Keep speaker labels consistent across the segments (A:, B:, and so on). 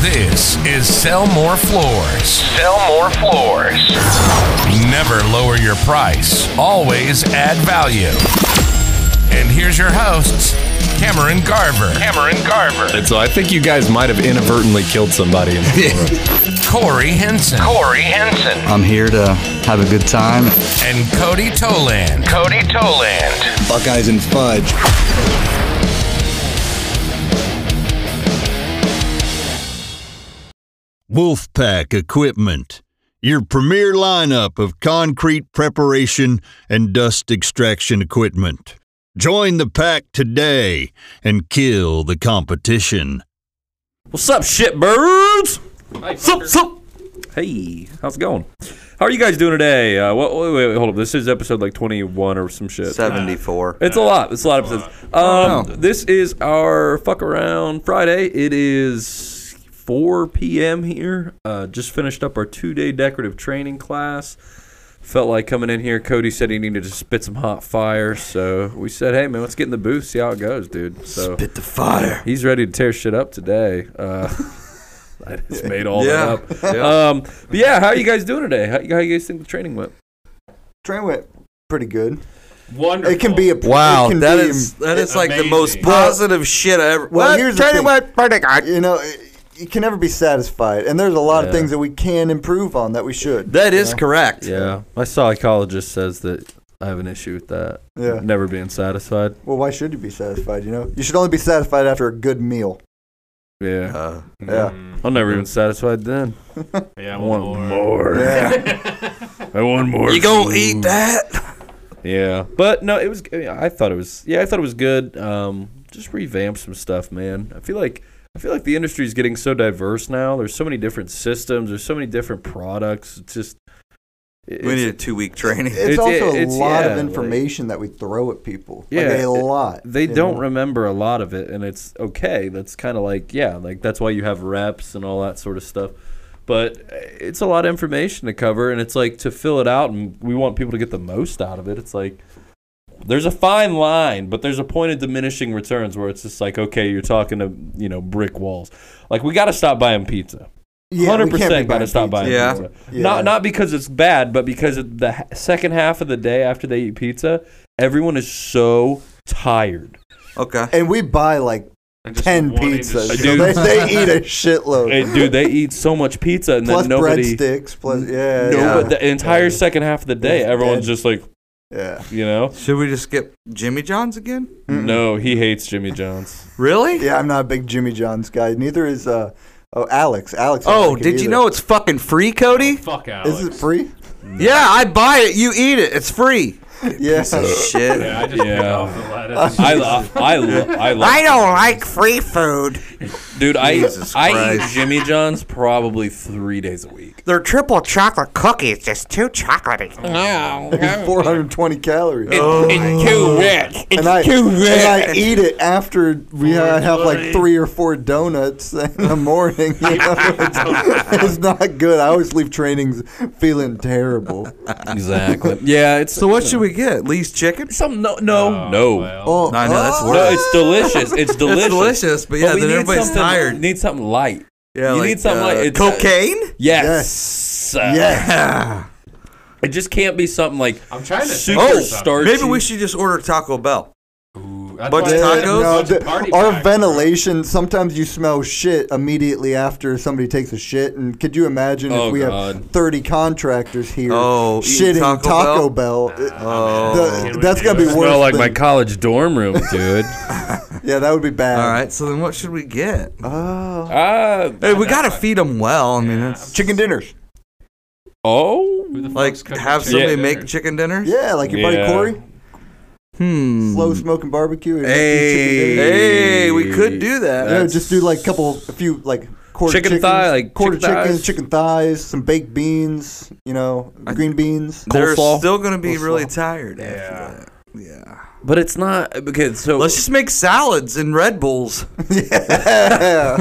A: This is Sell More Floors. Sell More Floors. Never lower your price, always add value. And here's your hosts, Cameron Garver. Cameron Garver.
B: And so I think you guys might have inadvertently killed somebody. In the front row.
A: Corey Henson. Corey Henson.
C: I'm here to have a good time.
A: And Cody Toland. Cody Toland.
D: Buckeyes and fudge. Wolfpack Equipment, your premier lineup of concrete preparation and dust extraction equipment. Join the pack today and kill the competition.
E: What's up, shitbirds? Sup, sup. Hey, how's it going? How are you guys doing today? Uh, wha- wait, wait, wait, hold up. This is episode like 21 or some shit.
C: 74.
E: It's a lot. It's a lot of episodes. Um, This is our fuck around Friday. It is 4 p.m. here. Uh, just finished up our two day decorative training class. Felt like coming in here. Cody said he needed to spit some hot fire, so we said, "Hey man, let's get in the booth, see how it goes, dude." So spit the fire. He's ready to tear shit up today. Uh, I just made all that up. Um, but yeah, how you guys doing today? How, how you guys think the training went?
F: Train went pretty good.
G: Wonderful.
F: It can be a
H: Wow,
F: it can
H: that
F: be-
H: is that is like the
G: amazing.
H: most positive shit I ever.
F: Well,
H: What?
F: here's the
H: Tell you
F: thing.
H: what, Friday, I-
F: you know it, you can never be satisfied, and there's a lot
E: Yeah.
F: of things that we can improve on that we should.
H: That is correct.
E: Yeah, my psychologist says that I have an issue with that.
F: Yeah.
E: never being satisfied.
F: Well, why should you be satisfied? You know, you should only be satisfied after a good meal.
E: Yeah,
H: Uh,
F: Yeah,
G: Mm.
E: I'm never even satisfied then.
G: Yeah,
E: I
G: one
E: want
G: more.
E: more.
F: yeah.
E: I want more.
H: you gonna eat that?
E: Yeah, but no, it was. I, mean, I thought it was. Yeah, I thought it was good. Um, just revamp some stuff, man. I feel like I feel like the industry is getting so diverse now. There's so many different systems. There's so many different products. It's just. it-
H: We
E: it's-
H: need a two week training.
F: It's,
E: It's-
F: also
E: it's-
F: a lot
E: yeah,
F: of
E: like-
F: information that we throw at people.
E: Yeah,
F: like,
E: it-
F: a lot.
E: they
F: you
E: don't
F: know?
E: remember a lot of it and it's okay that's kind of like yeah like that's why you have reps and all that sort of stuff but eh, it's a lot of information to cover and it's like to fill it out and we want people to get the most out of it it's like there's a fine line but there's a point of diminishing returns where it's just like okay you're talking to you know brick walls like we got to stop buying pizza
F: Yeah, we
E: hundred
F: can't be
E: percent got to
F: buying
E: stop
F: pizza
E: buying
H: Yeah.
E: pizza.
F: Yeah.
E: Not not because it's bad, but because of the h- second half of the day after they eat pizza, everyone is so tired.
H: Okay.
F: And we buy like
G: And just
F: ten
G: one
F: pizzas.
G: just-
E: I
F: so
E: do.
F: they, they eat a shitload.
E: Hey, dude, they eat so much pizza, and
F: plus
E: then nobody.
F: breadsticks. Plus yeah,
E: No,
F: yeah.
E: but the entire second half of the day,
F: It's
E: everyone's
F: dead.
E: just like,
F: yeah.
E: you know,
H: Should we just skip Jimmy John's again?
E: no, he hates Jimmy John's.
H: Really? Oh,
F: Yeah, I'm not a big Jimmy John's guy. Neither is uh oh Alex. Alex. I
H: Oh,
F: like him
H: did you
F: either.
H: know it's fucking free, Cody?
G: Fuck out.
F: Is it free?
H: Yeah, I buy it. You eat it. It's free.
F: Yeah.
H: Shit.
G: Yeah, I just yeah.
E: Yeah.
G: off the lettuce.
E: I love, I love, I love.
H: I don't like free food.
E: dude. I,
H: Jesus
E: I eat
H: Christ.
E: Jimmy John's probably three days a week.
I: They're triple chocolate cookies, just too chocolatey. No,
F: It's 420 calories.
H: Oh
I: it's too rich. It's
F: and I,
I: too rich.
F: and I eat it after we ha- have like three or four donuts in the morning. You know? it's, it's not good. I always leave trainings feeling terrible.
E: Exactly. yeah, it's
H: So what should we get? Lee's chicken?
E: some no no
G: Oh,
E: no.
G: well.
F: Oh,
H: I know that's
F: oh,
H: worse.
E: No, it's delicious. It's delicious.
H: delicious, but yeah,
E: we
H: then
E: need
H: everybody's
E: something-
H: tired.
E: Need something light.
H: Yeah, uh,
E: You need something like- it's-
H: cocaine.
E: Yes.
F: Yes.
H: Yeah.
E: It just can't be something like
G: I'm trying to think
E: super
G: of something.
E: starchy.
H: Maybe we should just order Taco Bell.
G: Ooh, that's
H: Bunch
G: why
H: of
G: I said
H: tacos?
G: a
F: no,
G: bunch of
F: the-
G: party
F: our
G: packs, bro.
F: ventilation. Sometimes you smell shit immediately after somebody takes a shit. And could you imagine
E: Oh,
F: if we
E: God.
F: have thirty contractors here
H: Oh, eating
F: shitting
H: Taco
F: Taco, Bell?
H: Oh.
F: The- that's gonna be worse.
E: smell like
F: than-
E: my college dorm room, dude.
F: yeah, that would be bad.
H: All right. So then, what should we get?
F: Oh.
E: uh,
H: Hey, we gotta feed them well. I mean, it's
F: Chicken dinners.
G: Who
E: oh,
G: the fuck's
H: like
G: cooking
H: have
G: chicken
H: somebody
G: dinner?
H: make chicken dinners.
F: Yeah, like your
E: Yeah.
F: buddy Corey.
H: Hmm.
F: slow smoking barbecue. And
H: Hey,
F: chicken dinner.
H: hey, we could do that.
F: You know,
E: that's-
F: just do like a couple, a few like quarter
E: Chicken
F: chickens,
E: thigh, like
F: quarter
E: chicken
F: chickens,
E: thighs.
F: chicken thighs, some baked beans. You know, green beans.
H: They're
E: Coleslaw.
H: still gonna be
F: Coleslaw.
H: really tired after
G: Yeah.
H: that. Yeah.
E: but it's not okay. So
H: Let's just make salads and Red Bulls.
F: yeah,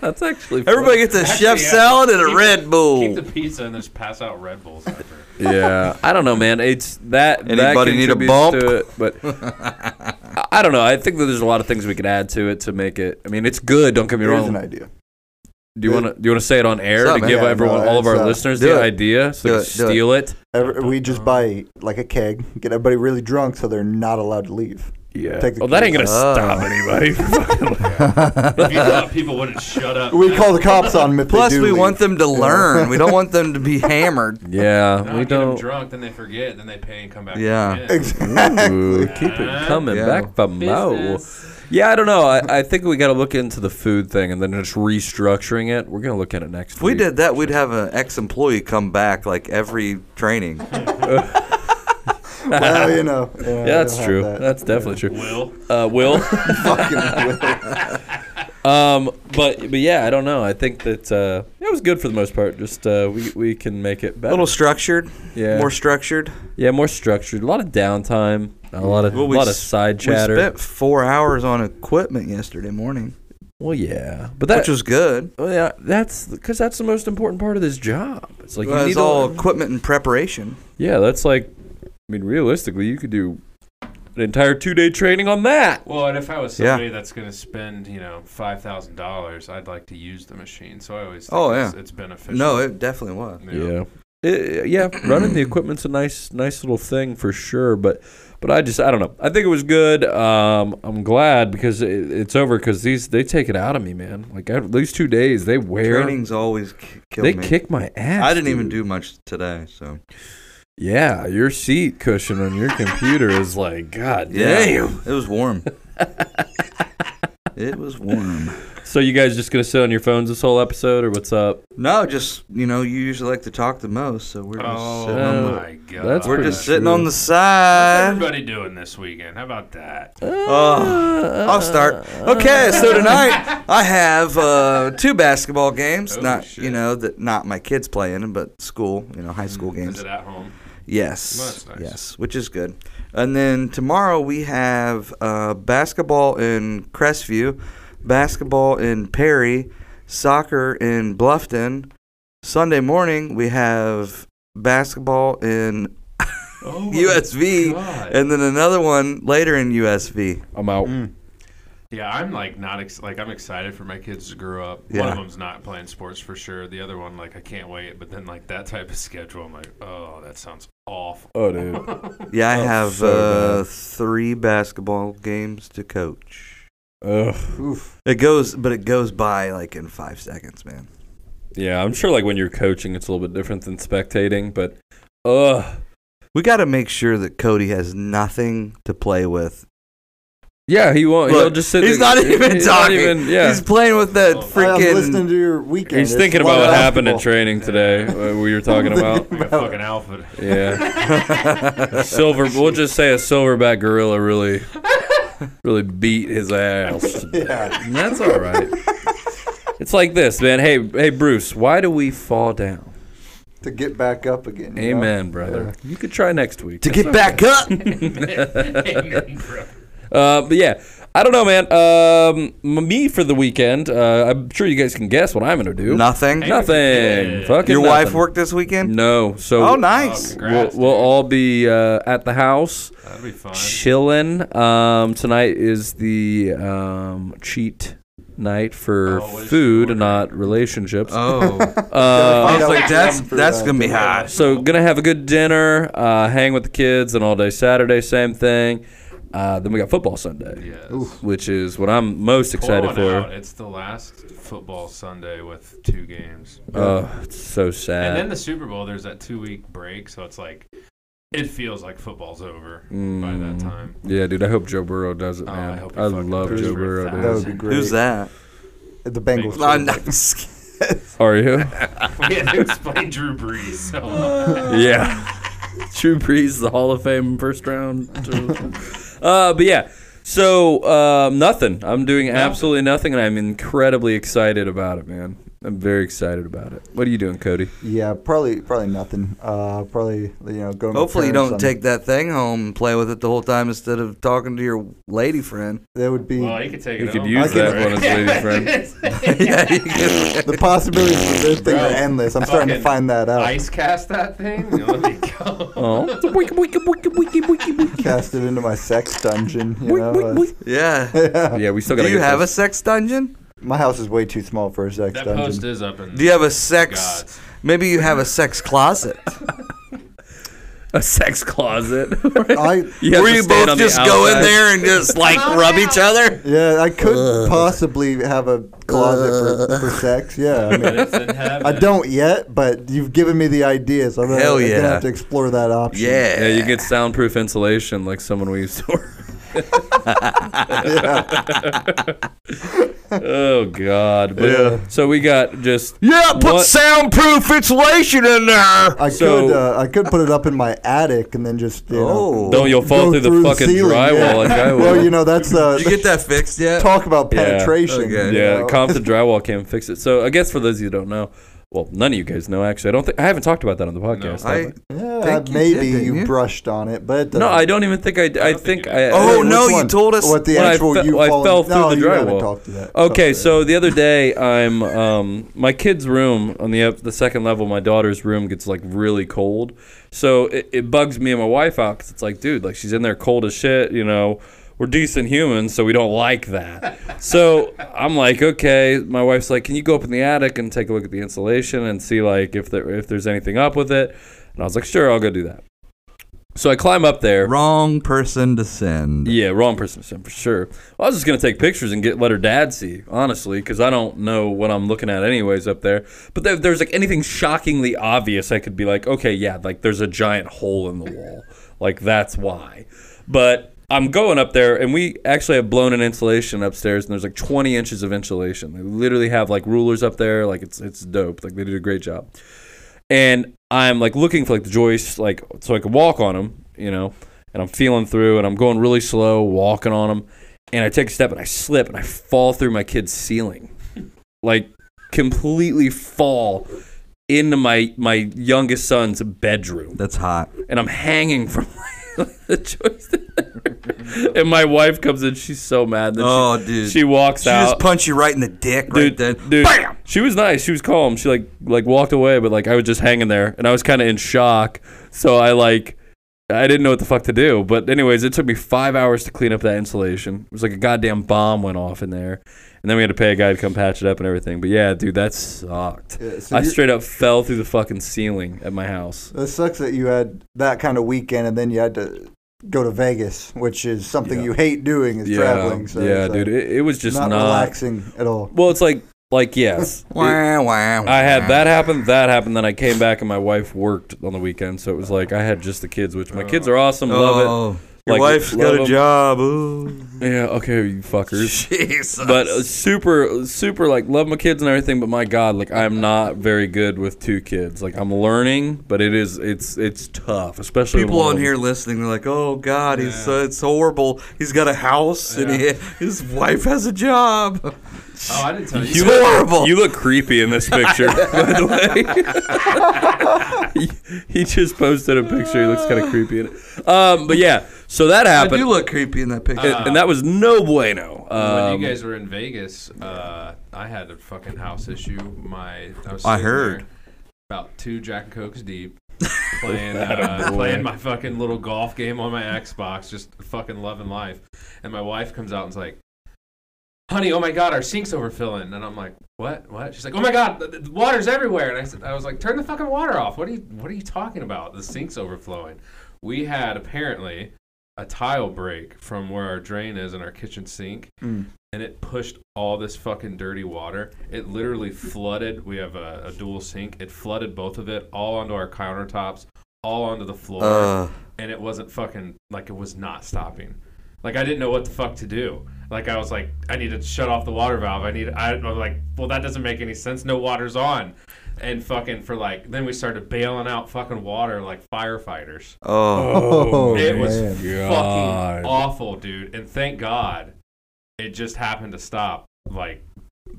E: that's actually fun.
H: Everybody gets a chef
G: yeah.
H: salad and a
G: Keep-
H: Red
G: Keep
H: Bull.
G: the pizza and just pass out Red Bulls after.
E: yeah, I don't know, man. It's that.
H: Anybody
E: that
H: need a
E: contributes
H: bump?
E: To it, but I- I don't know. I think that there's a lot of things we could add to it to make it. I mean, it's good. Don't get me
F: here's
E: wrong.
F: an idea.
E: Do you want to do you want to say it on air
H: What's up,
E: to
H: man?
E: give
H: Yeah,
E: everyone,
F: no,
E: all of our
F: it's, uh,
E: listeners,
H: do
E: the
H: it.
E: idea? So
H: Do
E: they
H: it, do it.
E: steal it.
F: Every, we just buy like a keg, get everybody really drunk so they're not allowed to leave.
E: Yeah.
F: Take the
E: well, that ain't gonna
F: keys.
E: stop
H: uh,
E: anybody.
G: If you thought people wouldn't shut up.
F: We call the cops on them if
H: Plus,
F: they do
H: we
F: leave.
H: want them to learn. we don't want them to be hammered.
E: yeah,
G: Now
E: we
G: get 'em
E: don't.
G: drunk, then they forget, then they pay and come back.
H: Yeah.
G: And forget.
F: Exactly.
E: Ooh, keep it coming
H: Yeah.
E: back for mo.
G: Business.
E: Yeah, I don't know. I, I think we got to look into the food thing and then just restructuring it. We're gonna look at it next
H: If we
E: week.
H: did that, we'd have an ex-employee come back like every training.
F: well, you know. Yeah, we
E: Yeah, that's
F: don't have
E: true.
F: that.
E: That's definitely true.
G: Will.
E: Uh, Will.
F: Fucking-
E: Um, but but yeah, I don't know. I think that uh, it was good for the most part. Just uh, we we can make it
H: A
E: better.
H: little structured.
E: Yeah.
H: More structured.
E: yeah, more structured. A lot of downtime. A lot of
H: Well,
E: a
H: we
E: lot of
H: s-
E: side
H: We
E: chatter.
H: spent four hours on equipment yesterday morning,
E: Well, yeah, but that
H: which was good.
E: well, yeah, that's because that's the most important part of this job. It's like
H: Well,
E: you
H: it's
E: need
H: all
E: all.
H: equipment and preparation.
E: yeah, that's like. I mean, realistically, you could do an entire two day training on that.
G: Well, and if I was
H: Yeah.
G: somebody that's going to spend, you know, five thousand dollars, I'd like to use the machine. So I always. Think
H: Oh,
G: it's,
H: yeah.
G: it's beneficial.
H: No, it definitely was.
E: Yeah. Uh, yeah, running the equipment's a nice, nice little thing for sure. But, but I just, I don't know. I think it was good. Um, I'm glad because it, it's over. Because these, they take it out of me, man. Like I, these two days, they wear,
H: Trainings always k- kill
E: they
H: me.
E: kick my ass.
H: I didn't even
E: dude.
H: do much today, so
E: Yeah, your seat cushion on your computer is like, god
H: yeah,
E: damn.
H: it was warm. it was warm.
E: So you guys just gonna sit on your phones this whole episode, or what's up?
H: No, just you know, you usually like to talk the most, so we're just
G: Oh
H: sitting on the,
G: my god.
E: that's
H: we're
E: pretty
H: just sitting on
E: true.
H: the side.
G: Everybody doing this weekend? How about that?
E: Uh,
H: Oh, I'll start. Okay, so tonight I have uh, two basketball games.
G: Oh,
H: not you
G: shit.
H: know that not my kids playing, but school, you know, high school
G: Mm, Is
H: games.
G: it at home? Well,
H: Yes,
G: that's nice.
H: yes, which is good. And then tomorrow we have uh, basketball in Crestview, basketball in Perry, soccer in Bluffton. Sunday morning we have basketball in
G: Oh my
H: USV,
G: God.
H: and then another one later in USV.
E: I'm out.
G: Yeah, I'm like not ex- like I'm excited for my kids to grow up. One
H: Yeah.
G: of them's not playing sports for sure. The other one, like, I can't wait. But then, like that type of schedule, I'm like, oh, that sounds awful.
E: Oh, dude.
H: Yeah, I
E: Oh,
H: have
E: so
H: uh,
E: bad.
H: three basketball games to coach.
E: Ugh.
F: Oof.
H: It goes, but it goes by like in five seconds, man.
E: Yeah, I'm sure like when you're coaching, it's a little bit different than spectating, but ugh.
H: We got to make sure that Cody has nothing to play with
E: Yeah, he won't. he'll
H: Look,
E: just sit.
H: he's not even
E: he's not
H: talking.
E: even- yeah,
H: He's playing with that
G: Oh, I am
F: I am listening
H: freaking.
F: to your weekend.
E: he's
F: It's
E: thinking
F: one
E: about what happened at
F: basketball.
E: training today. uh, we were talking about.
G: Like a fucking outfit.
E: Yeah, silver. We'll just say a silverback gorilla really, really beat his ass.
F: Yeah.
E: And that's all right. It's like this, man. Hey, hey, Bruce. Why do we fall down?
F: To get back up again. you know?
E: Amen, brother. You could try next week.
H: To get back up,
E: Uh, but yeah, I don't know, man. Um, m- me for the weekend. Uh, I'm sure you guys can guess what I'm gonna do.
H: nothing.
E: Nothing. Fucking
H: Your wife
E: nothing.
H: worked this weekend.
E: No. So
H: Oh, nice.
E: We'll,
G: Congrats.
E: we'll all be uh, at the house
G: That'd be fun.
E: chilling. Um, tonight is the um, cheat night for
G: Oh, what is
E: food,
G: she ordering?
E: not relationships.
H: Oh,
E: Uh,
H: I was like,
F: out
H: that's
F: for
H: that's
F: that.
H: gonna be hot.
E: so gonna have a good dinner, uh, hang with the kids, and all day Saturday, same thing. Uh, then we got football Sunday,
G: Yes.
E: which is what I'm most excited
G: Pulling
E: for.
G: out. It's the last football Sunday with two games,
E: Oh, it's so
H: Uh,
E: sad.
G: and then the Super Bowl. There's that two week break, so it's like it feels like football's over by
H: Mm.
G: that time.
E: yeah, dude, I hope Joe Burrow does it,
G: Oh,
E: man.
G: I hope he
E: I,
G: fucking
E: love
G: proves
E: Joe
G: for
E: Burrow,
F: That
E: dude.
F: would be great.
H: Who's that?
F: The Bengals.
H: I'm not- I'm just kidding.
E: Are you?
G: we had to explain Drew Brees. So much.
E: yeah. Drew Brees, the Hall of Fame first round. uh, but yeah, so um, nothing. I'm doing absolutely nothing, and I'm incredibly excited about it, man. I'm very excited about it. What are you doing, Cody?
F: Yeah, probably probably nothing. Uh, probably you know going. to
H: Hopefully, you
F: parents
H: don't
F: on-
H: take that thing home and play with it the whole time instead of talking to your lady friend.
F: That would be
G: well, you could take
E: You
G: it.
E: could
G: home.
E: use
F: I
E: that
F: can-
E: one as a lady friend.
H: yeah, you can-
F: the possibilities for those things are
G: Bro,
F: endless. I'm starting to
G: fucking
F: find that out.
G: Ice cast that thing. You know, let me go.
E: Oh.
F: Cast it into my sex dungeon. You know, uh,
H: yeah.
E: yeah, we still
H: Do
E: gotta
H: you
E: get
H: have a
E: those-
H: sex dungeon?
F: My house is way too small for a sex
G: That
F: dungeon.
G: post is up in.
H: Do you have a sex?
G: Gods. Oh,
H: Maybe you have a sex closet.
E: a sex closet.
F: I
E: have
H: Where
E: to
H: you
E: stand
H: both
E: on the
H: just go in
E: outside.
H: there and just like
G: Oh,
H: rub each other?
F: yeah, I could possibly have a closet for, for sex. Yeah, I mean,
G: It's in heaven.
F: I don't yet, but you've given me the idea, so I'm gonna,
H: Hell
F: I'm gonna
H: yeah.
F: have to explore that option.
H: Yeah.
E: Yeah, you get soundproof insulation like someone we used to work. oh God! But,
H: Yeah.
E: So we got just
H: Yeah, put
E: What-
H: soundproof insulation in there.
F: I
E: So-
F: could uh, I could put it up in my attic and then just you
H: Oh.
F: know
E: don't you'll fall
F: go
E: through, the fucking
F: ceiling,
E: drywall.
F: yeah.
E: and drywall.
F: Well, you know that's uh,
H: Did you get that fixed yet?
F: talk about
E: Yeah.
F: penetration.
H: Okay.
F: you
E: yeah,
F: know?
E: Compton drywall can't fix it. So I guess for those of you who don't know, well, none of you guys know actually. I don't think I haven't talked about that on the podcast. have
H: I,
F: Yeah,
H: think you
F: maybe
H: did, didn't
F: you,
H: you?
F: brushed on it, but it
E: No,
F: doesn't-
E: I don't even think I. I, think I.
H: Oh,
F: Which
H: no, you
F: one?
H: told us
F: what the
E: when I
F: actual
E: fe-
F: you
E: I
F: falling-
E: fell through
F: no,
E: the
F: you haven't
E: drywall.
F: talked to that.
E: Okay,
F: Talked to
E: so the other day, I'm um, my kid's room on the up, the second level. My daughter's room gets like really cold, so it, it bugs me and my wife out because it's like, dude, like she's in there cold as shit. You know, we're decent humans, so we don't like that. so I'm like, okay. My wife's like, can you go up in the attic and take a look at the insulation and see like if there if there's anything up with it? And I was like, sure, I'll go do that. So I climb up there.
H: wrong person to send.
E: Yeah, wrong person to send for sure. Well, I was just gonna take pictures and get let her dad see, honestly, because I don't know what I'm looking at anyways up there. But there, there's like anything shockingly obvious, I could be like, okay, yeah, like there's a giant hole in the wall, like that's why. But I'm going up there, and we actually have blown an insulation upstairs, and there's like 20 inches of insulation. They literally have like rulers up there, like it's it's dope. Like they did a great job and I'm like looking for like the joists, like so I could walk on them, you know. And I'm feeling through, and I'm going really slow, walking on them. And I take a step, and I slip, and I fall through my kid's ceiling, like completely fall into my my youngest son's bedroom,
H: That's hot.
E: and I'm hanging from the joist. and my wife comes in, she's so mad that
H: Oh,
E: she,
H: dude.
E: she walks
H: She
E: out
H: just punch you right in the dick right then.
E: dude,
H: Bam!
E: She was nice. She was calm. She like like walked away, but like I was just hanging there, and I was kind of in shock. So I like I didn't know what the fuck to do. But anyways, it took me five hours to clean up that insulation. It was like a goddamn bomb went off in there, and then we had to pay a guy to come patch it up and everything. But yeah, dude, that sucked.
F: Yeah, so
E: I
F: you're-
E: straight up fell through the fucking ceiling at my house.
F: It sucks that you had that kind of weekend and then you had to go to Vegas, which is something
E: Yeah.
F: you hate doing is
E: yeah,
F: traveling. So
E: yeah,
F: it's, uh,
E: dude, it, it was just
F: not,
E: not.
F: relaxing at all.
E: well, it's like like yes. It-
H: Wah, wah, wah.
E: I had that happen, that happened, then I came back and my wife worked on the weekend, so it was like I had just the kids, which my kids are awesome, love
H: Oh, your
E: Like,
H: wife's
E: love
H: got a
E: them.
H: job. Ooh.
E: it. Yeah, okay, you fuckers.
H: Jesus.
E: But uh, super, super like love my kids and everything, but my God, like I'm not very good with two kids. Like I'm learning, but it is it's it's tough, especially when
H: people
E: one
H: on
E: of
H: here
E: them-
H: listening, they're like, "Oh God, he's uh, it's horrible. He's got a house and he, his wife has a job.
G: Oh, I didn't tell you.
H: It's horrible."
E: You look creepy in this picture, by the way. he, he just posted a picture. He looks kind of creepy in it. Um, but yeah, so that
H: I
E: happened.
H: do look creepy in that picture.
E: and, and that was no bueno.
G: when
E: Um,
G: you guys were in Vegas, uh, I had a fucking house issue. My I, was
H: I
G: sitting
H: heard.
G: there about two Jack and Cokes deep, playing uh, playing my fucking little golf game on my Xbox, just fucking loving life. And my wife comes out and's like, "Honey, oh my god, our sink's overfilling." And I'm like, "What? What?" She's like, "Oh my god, the, the water's everywhere." And I said, "I was like, turn the fucking water off. What are you What are you talking about? The sink's overflowing." We had apparently a tile break from where our drain is in our kitchen sink and it pushed all this fucking dirty water. It literally flooded. We have a, a dual sink. It flooded both of it all onto our countertops, all onto the floor,
H: Uh.
G: and it wasn't fucking like it was not stopping. Like I didn't know what the fuck to do. Like I was like, I need to shut off the water valve. I need. I, I was like, well, that doesn't make any sense. No water's on. And fucking for like, then we started bailing out fucking water like firefighters.
H: oh,
F: Oh,
G: it was
F: man.
E: God.
G: fucking awful, dude. And thank God, it just happened to stop. Like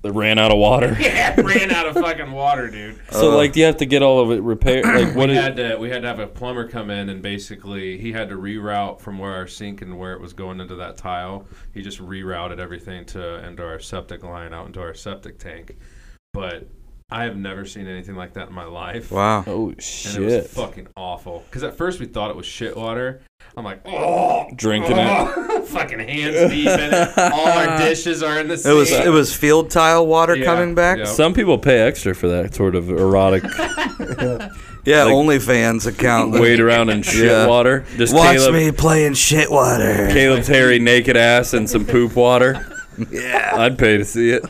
E: They ran out of water.
G: yeah, it ran out of fucking water, dude.
E: So like you have to get all of it repaired. Like what
G: We
E: is?
G: had to we had to have a plumber come in and basically he had to reroute from where our sink and where it was going into that tile. He just rerouted everything to into our septic line out into our septic tank. But I have never seen anything like that in my life.
H: wow.
E: Oh
G: And it
E: shit!
G: was fucking awful. Because at first we thought it was shit water. I'm like, oh,
E: Drinking it.
G: fucking hands deep in it. All our dishes are in the
H: It
G: sink.
H: was it was field tile water
G: Yeah,
H: coming back.
G: yeah.
E: Some people pay extra for that sort of erotic
H: Yeah,
E: Like-
H: OnlyFans account.
E: wade around in shit
H: Yeah.
E: water. Just
H: Watch
E: Caleb,
H: me playing shit water.
E: Caleb's hairy naked ass and some poop water. Yeah, I'd pay to see it.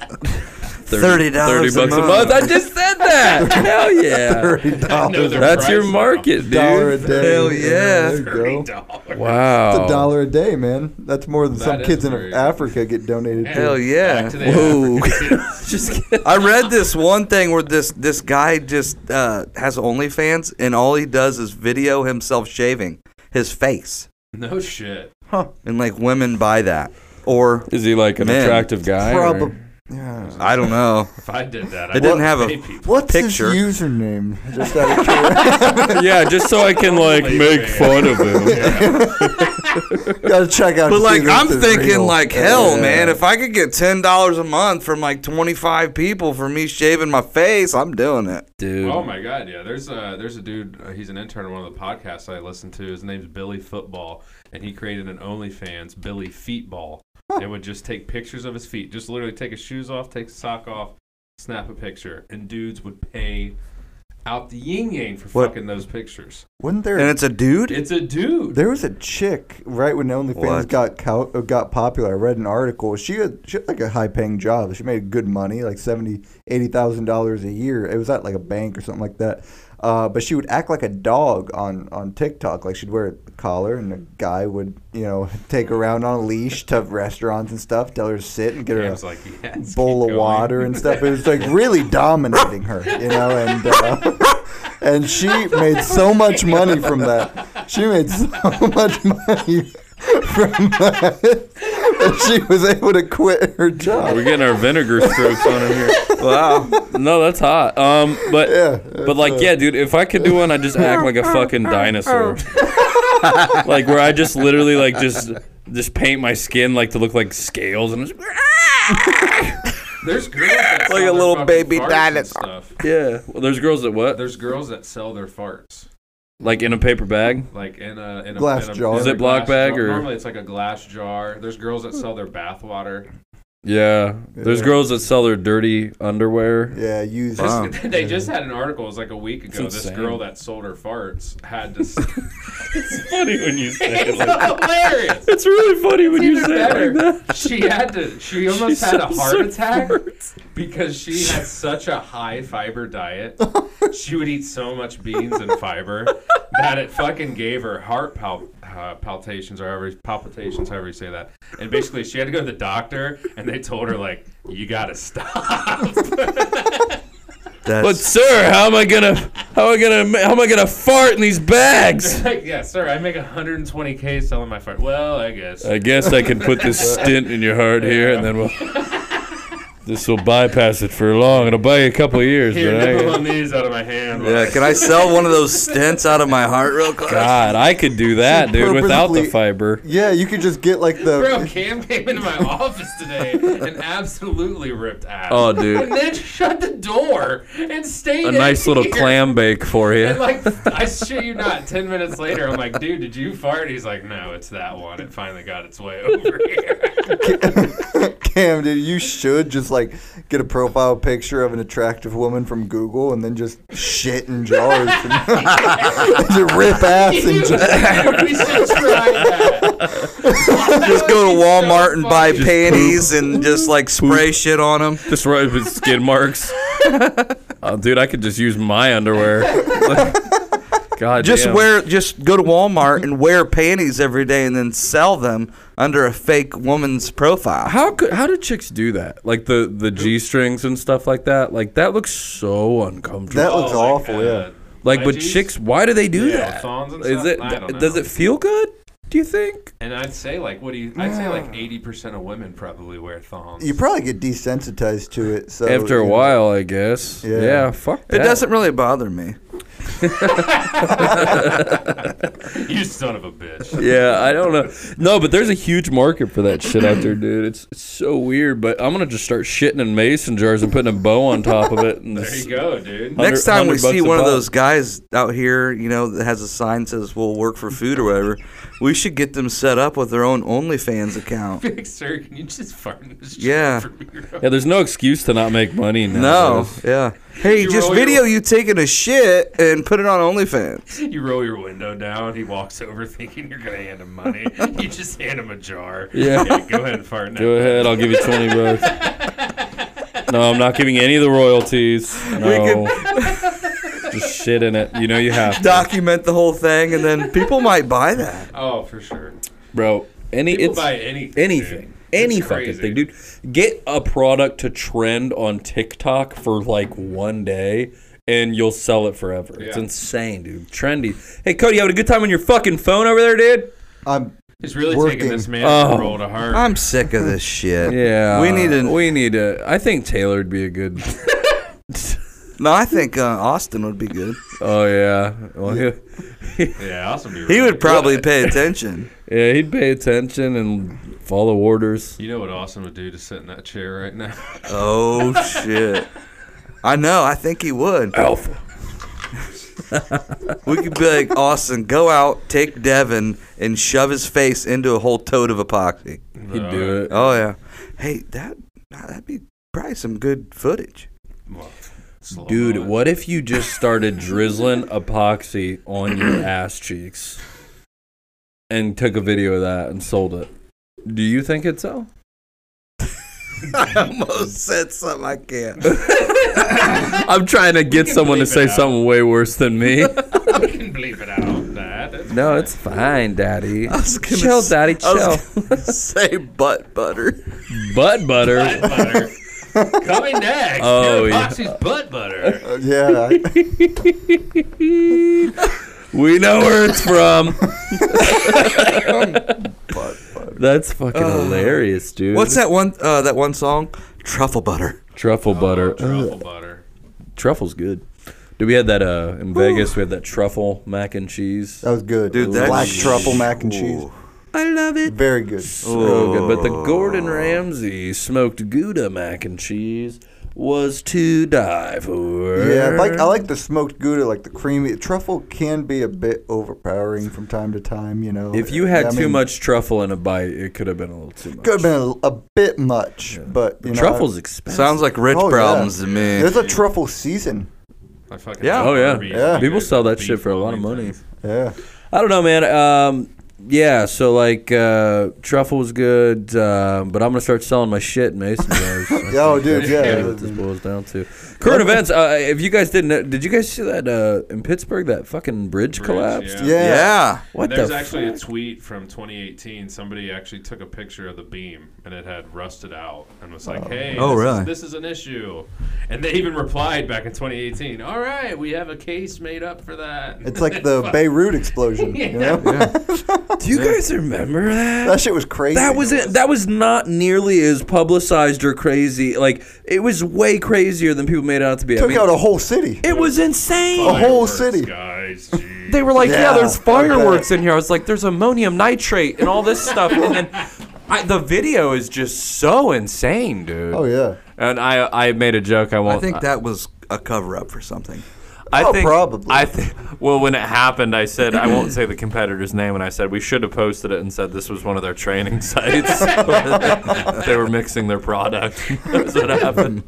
H: Thirty dollars
E: bucks a month. I just said that. Hell yeah,
G: I know their
E: that's your
G: prices
E: market, dude.
F: dollar a day.
H: Hell yeah.
G: now.
F: There you go.
G: $30.
E: Wow,
F: It's a dollar a day, man. That's more than some
G: That is
F: kids in
G: very-
F: Africa get donated to.
H: Hell yeah.
G: Back to the
H: Whoa.
E: Just kidding.
H: I read this one thing where this this guy just uh, has OnlyFans and all he does is video himself shaving his face,
G: No shit.
H: and like women buy that or
E: Is he like an
H: Man.
E: attractive guy? or-
F: Probably.
H: I don't know.
G: If I did that, I
H: It didn't
G: would
H: have a-
G: pay people.
F: What's
H: Picture.
F: his username? Just out of curiosity.
E: yeah, just so I can like make
G: man.
E: fun of him.
F: Gotta check out. to
H: But
F: see
H: like
F: if
H: I'm
F: this is
H: thinking
F: real.
H: like hell,
F: Yeah.
H: man. If I could get ten dollars a month from like 25 people for me shaving my face, I'm doing it.
E: Dude,
G: Oh my god, yeah. There's a there's a dude. Uh, he's an intern on one of the podcasts I listen to. His name's Billy Football, and he created an OnlyFans, Billy Feetball. And would just take pictures of his feet. Just literally take his shoes off, take his sock off, snap a picture, and dudes would pay out the yin yang for
H: What?
G: fucking those pictures.
F: Wasn't
H: And
F: there?
H: it's a dude.
G: It's a dude.
F: There was a chick right when OnlyFans
H: What?
F: got cou- uh, got popular. I read an article. She had, she had like a high paying job. She made good money, like seventy, eighty thousand dollars a year. It was at like a bank or something like that. Uh, but she would act like a dog on, on TikTok. Like she'd wear a collar, and a guy would you know take her around on a leash to restaurants and stuff. Tell her to sit and get her
G: I
F: a
G: was like, yes, keep
F: bowl of
G: going.
F: water and stuff. It was like really dominating her, you know, and uh, and she made so much money from that. She made so much money from that that she was able to quit her
E: we're
F: job.
E: getting our vinegar strokes on him here. Wow, no, that's hot. Um, but but like yeah, dude, if I could do one, I'd just act like a fucking dinosaur. like where I just literally like just just paint my skin like to look like scales and just,
G: There's girls that
H: Like
G: sell
H: a little
G: their fucking
H: baby
G: farts and
H: dinosaur.
G: stuff.
E: yeah. Well, there's girls that what
G: There's girls that sell their farts,
E: like in a paper bag.
G: like in a in a
F: Glass
G: in a,
F: jar.
G: in a
E: Ziploc
G: glass
E: bag
G: jar.
E: or-
G: normally it's like a glass jar. There's girls that sell their bath water.
E: Yeah. There's girls that sell their dirty underwear.
F: Yeah, use
H: Wow.
G: This- they just had an article. It was like a week ago.
E: Oh, It's
G: This
E: insane.
G: girl that sold her farts had to. s-
E: It's funny when you say it. Like,
G: it's hilarious.
E: it's really funny when you
G: Even
E: say it like
G: better.
E: that.
G: She had to. She almost
E: She
G: had a
E: sells
G: heart
E: her
G: attack
E: farts.
G: because she had such a high fiber diet. she would eat so much beans and fiber that it fucking gave her heart pal- uh, palpitations or however, palpitations, however you say that. And basically, she had to go to the doctor, and they told her like, "You gotta stop."
H: That's
E: But sir, how am I gonna how am I gonna ma- how am I gonna fart in these bags?
G: like, yeah, sir, I make 120k selling my fart. Well, I guess.
E: I guess I can put this stint in your heart here, and then we'll. This will bypass it for long. It'll buy you a couple of years,
G: Here,
E: but
G: nibble
E: I,
G: on these out of my hand.
H: yeah. Can I sell one of those stents out of my heart real quick?
E: God, I could do that, dude, without the
F: purposely-
E: fiber.
F: Yeah, you could just get like the
G: Bro, Cam came into my office today and absolutely ripped ass.
E: Oh, dude.
G: And then shut the door and stayed.
E: A
G: in
E: nice little
G: here.
E: clam bake for
G: And
E: you.
G: like, I shit you not. Ten minutes later, I'm like, dude, did you fart? He's like, no, it's that one. It finally got its way over here.
F: Cam, dude, you should just like get a profile picture of an attractive woman from Google and then just shit in jars and just rip ass
G: we
F: in
G: should
F: jars.
G: try that.
H: Just go to Walmart and buy panties and just like spray shit on them.
E: Just right with skid marks. Oh, dude, I could just use my underwear. God,
H: Just
E: damn.
H: wear, just go to Walmart and wear panties every day, and then sell them under a fake woman's profile.
E: How could how do chicks do that? Like the the g strings and stuff like that. Like that looks so uncomfortable.
F: That looks awful, yeah.
E: Like, but
G: Wedgies?
E: chicks, why do they do
G: Yeah,
E: that?
G: with thongs and
E: Is
G: stuff?
E: it
G: I don't
E: does
G: know.
E: it feel good? Do you think?
G: And I'd say like, what do you? I'd say like 80% of women probably wear thongs.
F: You probably get desensitized to it. So
E: After a
F: you know.
E: while, I guess. Yeah,
F: Yeah.
E: fuck.
H: It
E: that.
H: doesn't really bother me.
G: you son of a bitch.
E: yeah, I don't know. No, but there's a huge market for that shit out there, dude. It's, it's so weird, but I'm gonna just start shitting in mason jars and putting a bow on top of it. And
G: There you go, dude.
E: Hundred-
H: Next time we
E: hundred bucks
H: see
E: a
H: one of
E: pop.
H: those guys out here, you know, that has a sign that says "We'll work for food" or whatever, we should get them set up with their own OnlyFans account.
G: Big sir, can you just fart in this
H: Yeah.
G: for me?
E: Yeah, there's no excuse to not make money now.
H: No, yeah. Hey,
G: You
H: just
G: roll your-
H: video you taking a shit and put it on OnlyFans.
G: You roll your window down. He walks over thinking you're gonna hand him money. you just hand him a jar.
E: Yeah.
G: go ahead and fart. in that
E: Go ahead, I'll give you twenty bucks. No, I'm not giving any of the royalties. No. Just shit in it. You know you have to.
H: Document the whole thing, and then people might buy that.
G: Oh, for sure.
E: Bro, any
G: People
E: it's
G: buy anything.
E: anything.
G: dude. It's
E: Any fucking
G: crazy.
E: thing, dude. Get a product to trend on TikTok for like one day and you'll sell it forever. It's
G: Yeah.
E: insane, dude. Trendy. Hey Cody, you having a good time on your fucking phone over there, dude?
F: I'm
G: He's really taking
F: Working.
G: this man
E: Oh.
G: to roll to heart.
H: I'm sick of this shit.
E: Yeah.
H: we need to.
E: we need a I think Taylor'd be a good
H: No, I think uh, Austin would be good.
E: Oh yeah. Well, he-
G: yeah, awesome. dude.
H: He would probably pay attention.
E: Yeah, he'd pay attention and follow orders.
G: You know what Austin would do to sit in that chair right now?
H: Oh shit! I know. I think he would.
E: Alpha.
H: We could be like Austin, go out, take Devin, and shove his face into a whole tote of epoxy.
E: He'd
G: Uh,
E: do it.
H: Oh yeah. Hey, that that'd be probably some good footage.
G: Well, slow
E: Dude,
G: mo.
E: what if you just started drizzling epoxy on your ass cheeks and took a video of that and sold it? Do you think it'd sell?
H: I almost said something I can't.
E: I'm trying to get someone to
G: bleep it
E: say
G: out.
E: something way worse than me.
G: We can bleep it out. That. That's
E: no, it's fine, Daddy.
H: I was gonna
E: Chill,
H: s-
E: Daddy,
H: I
E: chill.
H: was gonna say butt butter.
E: Butt butter.
G: butter. Coming next.
E: Oh,
G: Taylor
E: yeah.
G: Foxy's butt butter.
F: uh, yeah. I-
E: We know where it's from. That's fucking hilarious, dude.
H: What's that one? Uh, that one song, truffle butter.
E: Truffle butter.
G: Oh, Truffle butter.
E: Truffle's good. Dude, we had that uh, in Vegas. We had that truffle mac and cheese.
F: That was good.
H: Dude, that
F: Black
H: sh-
F: truffle mac and cheese.
H: Ooh.
E: I love it.
F: Very good.
E: So good. But the
F: Oh.
E: Gordon Ramsay smoked Gouda mac and cheese was to die for.
F: Yeah, I like I like the smoked gouda, like the creamy truffle can be a bit overpowering from time to time. You know,
E: If you had
F: I
E: too
F: mean,
E: much truffle in a bite, it could have been a little too much.
F: could have been a, a bit much, but you know,
E: Truffle's expensive.
H: Sounds like rich
F: Oh, yeah.
H: problems to me.
F: There's a truffle season.
G: I fucking
H: Yeah.
G: love
E: Oh yeah.
G: Arby's,
F: Yeah.
G: dude.
E: People sell that shit
G: Beef
E: for a lot of
G: Arby's.
E: money.
F: Yeah,
E: I don't know, man. Um, yeah, so like uh, truffle was good, um, but I'm gonna start selling my shit in mason jars. I
F: Yeah, oh,
E: think
F: dude,
E: that's
F: yeah.
E: really what this boils down to. Current events. Uh, if you guys didn't, know, did you guys see that uh, in Pittsburgh that fucking bridge,
G: Bridge,
E: collapsed?
G: yeah.
F: yeah.
H: yeah.
E: What
G: There's
E: the? f-
G: actually a tweet from 2018. Somebody actually took a picture of the beam and it had rusted out and was like, "Hey,
H: Oh,
G: this,
H: really?
G: is, this is an issue." And they even replied back in 2018, "All right, we have a case made up for that."
F: It's like the Beirut explosion. You know,
E: Do you guys remember that?
F: that shit was crazy.
E: That was it. That was not nearly as publicized or crazy. Like it was way crazier than people made it out to be. I
F: Took
E: mean,
F: out a whole city.
E: it was insane.
F: a whole
G: Fireworks,
F: city.
G: guys. Jeez.
E: They were like, yeah,
F: Yeah,
E: there's
F: okay.
E: fireworks in here. I was like, there's ammonium nitrate and all this stuff. And then I, the video is just so insane, dude.
F: Oh yeah.
E: And I, I made a joke. I won't.
H: I think that was a cover up for something.
E: I
F: Oh,
E: think-
F: probably.
E: I think. Well, when it happened, I said I won't say the competitor's name, and I said we should have posted it and said this was one of their training sites. they were mixing their product. That's what happened.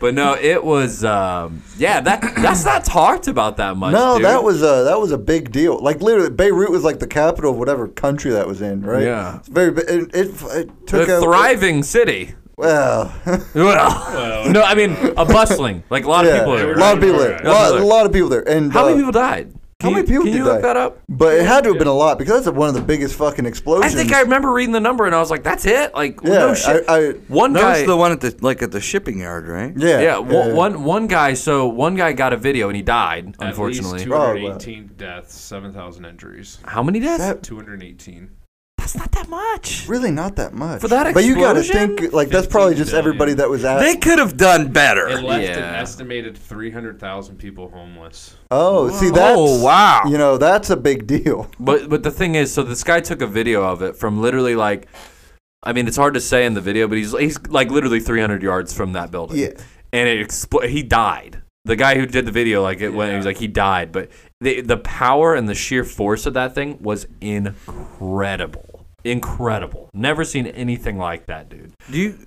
E: But no, it was. Um, yeah, that that's not talked about that much.
F: No,
E: dude.
F: that was a that was a big deal. Like literally, Beirut was like the capital of whatever country that was in, right?
E: Yeah.
F: It's very. bi- It, it, it took
E: the
F: out.
E: thriving city.
F: Well,
E: Well, no, I mean a bustling. Like a lot of
F: yeah.
E: people. Are
F: A lot of people there.
G: Right.
F: A lot, a lot of people there. And
E: How many
F: uh,
E: people died?
F: How many people
E: Can
F: did
E: you look
F: die?
E: that up?
F: But it had to have been a lot because that's one of the biggest fucking
E: I
F: explosions.
E: think I remember reading the number and I was like, "That's it!" Like, no
F: Yeah,
E: shit.
F: I- I-
E: one
H: That
E: guy,
H: was the one at the like at the shipping yard, right?
F: Yeah.
E: yeah, one, one one guy. So one guy got a video and he died.
G: At least
E: Unfortunately,
G: 218 deaths, 7,000 injuries.
E: how many deaths?
F: That-
G: 218.
H: That's not that much.
F: Really, not that much.
H: For that
F: but you gotta
H: explosion?
F: think like that's probably
G: 15
F: just
G: billion.
F: everybody that was at.
H: They could have done better.
G: It left an
E: Yeah.
G: estimated 300,000 people homeless.
F: oh, see that's
E: Oh, wow.
F: You know that's a big deal.
E: But but the thing is, so this guy took a video of it from literally like, I mean, it's hard to say in the video, but he's he's like literally 300 yards from that building.
F: Yeah.
E: And it expl- he died. The guy who did the video, like it went, he was like he died. But the the power and the sheer force of that thing was incredible, incredible. Never seen anything like that, dude.
H: Do you?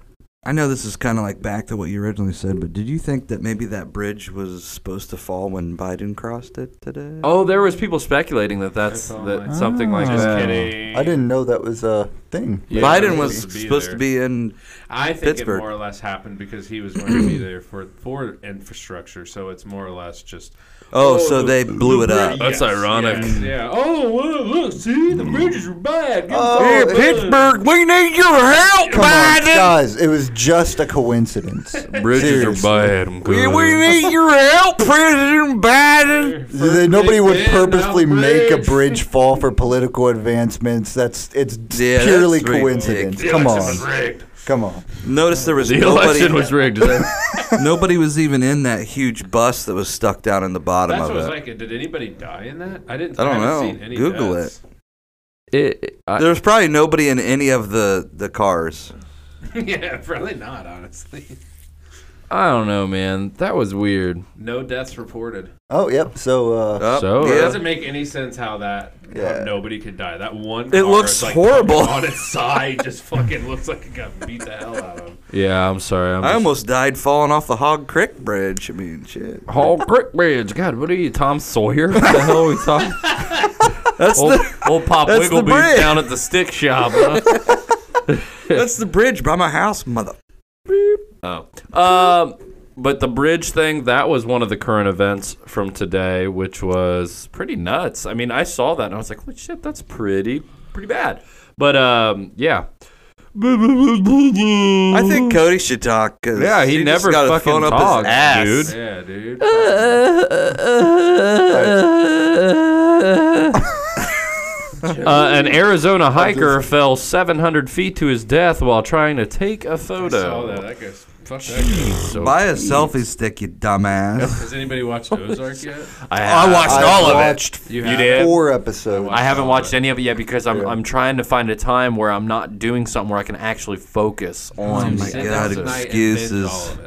H: I know this is kind of like back to what you originally said, but did you think that maybe that bridge was supposed to fall when Biden crossed it today?
E: Oh, there was people speculating that that's
G: all
E: that
G: I-
E: something like
G: Just
E: that.
G: kidding.
F: I didn't know that was a thing.
G: Yeah,
H: Biden
G: he
H: was
G: should be
H: supposed
G: there.
H: to be in.
G: I think
H: Pittsburgh.
G: it more or less happened because he was going to be there for for infrastructure, so it's more or less just.
H: Oh, so they blew it up.
E: That's ironic.
G: yes, yeah. Oh, well, look, see, the bridges were bad. Give
F: Oh,
G: us-
F: it-
H: Pittsburgh, we need your help,
F: Come on, guys, it was just a coincidence.
E: Bridges
F: Seriously.
E: are bad. I'm good.
H: need your help, President Biden.
F: They- Nobody would
G: Big Ben,
F: purposely
G: now
F: make a
G: bridge.
F: bridge fall for political advancements. That's it's
H: Yeah, that's
F: purely
H: rigged.
F: coincidence.
G: The
F: Come
G: election was
F: on,
G: rigged.
F: come on.
H: Notice there was
J: The
H: nobody.
J: election was rigged. Is that-
H: nobody was even in that huge bus that was stuck down in the bottom
G: That's what
H: of
G: I was
H: it.
G: like. Did anybody die in that? I didn't.
H: I don't
G: haven't
H: know.
G: Seen any
H: Google
G: deaths.
E: It- I-
H: there was probably nobody in any of the the cars.
G: yeah, probably not. Honestly,
E: I don't know, man. That was weird.
G: no deaths reported.
F: Oh, yep. So uh,
H: Oh,
E: So-
G: It
H: yeah.
G: doesn't make any sense how that how
F: Yeah.
G: nobody could die. That one.
H: It
G: car
H: looks
G: is, like,
H: horrible.
G: on its side. Just fucking looks like it got beat the hell out of.
E: Yeah, I'm sorry. I'm
H: I
E: just-
H: almost died falling off the Hog Creek Bridge. I mean, shit.
E: Hall Creek Bridge. God, what are you, Tom Sawyer? What the hell are we talking?
H: That's
E: Old,
H: the
E: old Pop
H: that's the
E: Wigglebee's
H: bridge.
E: down at the stick shop. huh?
H: that's the bridge by my house, mother.
E: Um, but the bridge thing, that was one of the current events from today, which was pretty nuts. I mean, I saw that and I was like, holy shit, that's pretty, pretty bad. But um, yeah.
H: I
E: I
H: think Cody should talk. 'cause
E: Mm. Yeah, he
H: just
E: never
H: gotta
E: fucking
H: phone up
E: talks,
H: his ass.
E: dude.
G: Yeah, dude.
E: Uh, an Arizona hiker fell 700 feet to his death while trying to take a photo.
G: Saw that. That goes. Fuck that. Guy.
E: So-
H: Buy a selfie stick, you dumbass.
G: Has anybody watched Ozark yet?
E: I, I watched
F: I
E: all of it.
F: watched
G: You,
E: did?
F: four episodes.
E: I haven't watched any of it yet because I'm, I'm trying to find a time where I'm not doing something where I can actually focus on.
H: Oh, my
E: the
H: God,
E: episode.
H: ex- excuses.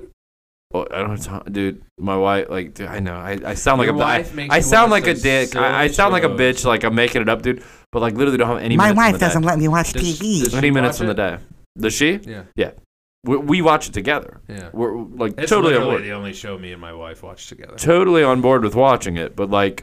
E: Oh, I don't have time, dude. My wife, like, dude, I know, I, I sound like
G: Your
E: a, I-
G: wife makes
E: I
G: you
E: sound
G: watch
E: like a
G: those
E: dick. I, I
G: silly
E: sound like a
G: shows.
E: bitch. Like I'm making it up, dude. But like literally don't have any.
K: My
E: minutes in
K: wife
E: the day.
K: doesn't let me watch
G: Does-
K: TV.
G: does-
E: Any
G: She
E: minutes in the
G: watch
E: day? Does she?
G: Yeah.
E: Yeah. We, we watch it together.
G: Yeah.
E: We're like
G: It's
E: totally on
G: literally
E: board.
G: the only show me and my wife watch together.
E: Totally on board with watching it, but like.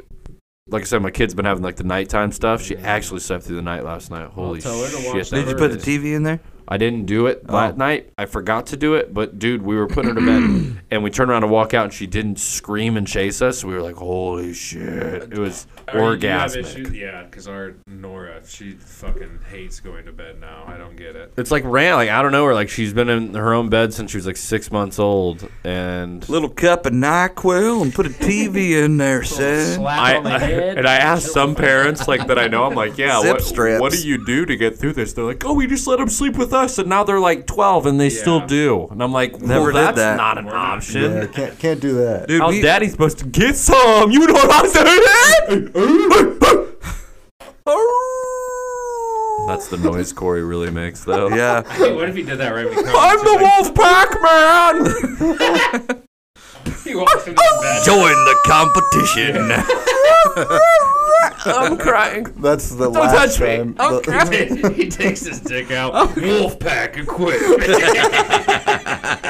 E: Like I said, my kid's been having like the nighttime stuff. She actually slept through the night last night. Holy
G: tell her to watch
E: shit!
G: that
E: that
H: Did you put the
G: Bird.
H: TV in there?
E: I didn't do it that night. I forgot to do it, but dude, we were putting her to bed, and we turned around to walk out, and she didn't scream and chase us. We were like, "Holy shit!" It was
G: Or you have
E: orgasmic.
G: issues- Yeah, because our Nora, she fucking hates going to bed now. I don't get it.
E: It's like ran like I don't know her. Like she's been in her own bed since she was like six months old, and
H: Little cup of NyQuil and put a TV in there, son.
E: I and I asked some parents like that I know. I'm like, "Yeah,
H: Zip
E: what,
H: strips.
E: what do you do to get through this?" They're like, "Oh, we just let them sleep with us, and now they're like 12, and they still
G: Yeah.
E: do." And I'm like, well,
H: Never did
E: that's
H: that.
E: not an option."
F: Yeah, can't can't do that.
H: Dude,
E: How's
H: we-
E: daddy supposed to get some? You know what I'm saying? That's the noise Corey really makes, though.
H: yeah.
G: Hey, what if he did that right when he comes?
E: I'm the wolf pack man!
G: He walks into the bed.
H: Join the competition.
E: I'm crying.
F: That's the
E: Don't
F: last
E: touch me.
F: time.
E: I'm
F: the-
E: crying.
G: he takes his dick out. Wolf pack equipment.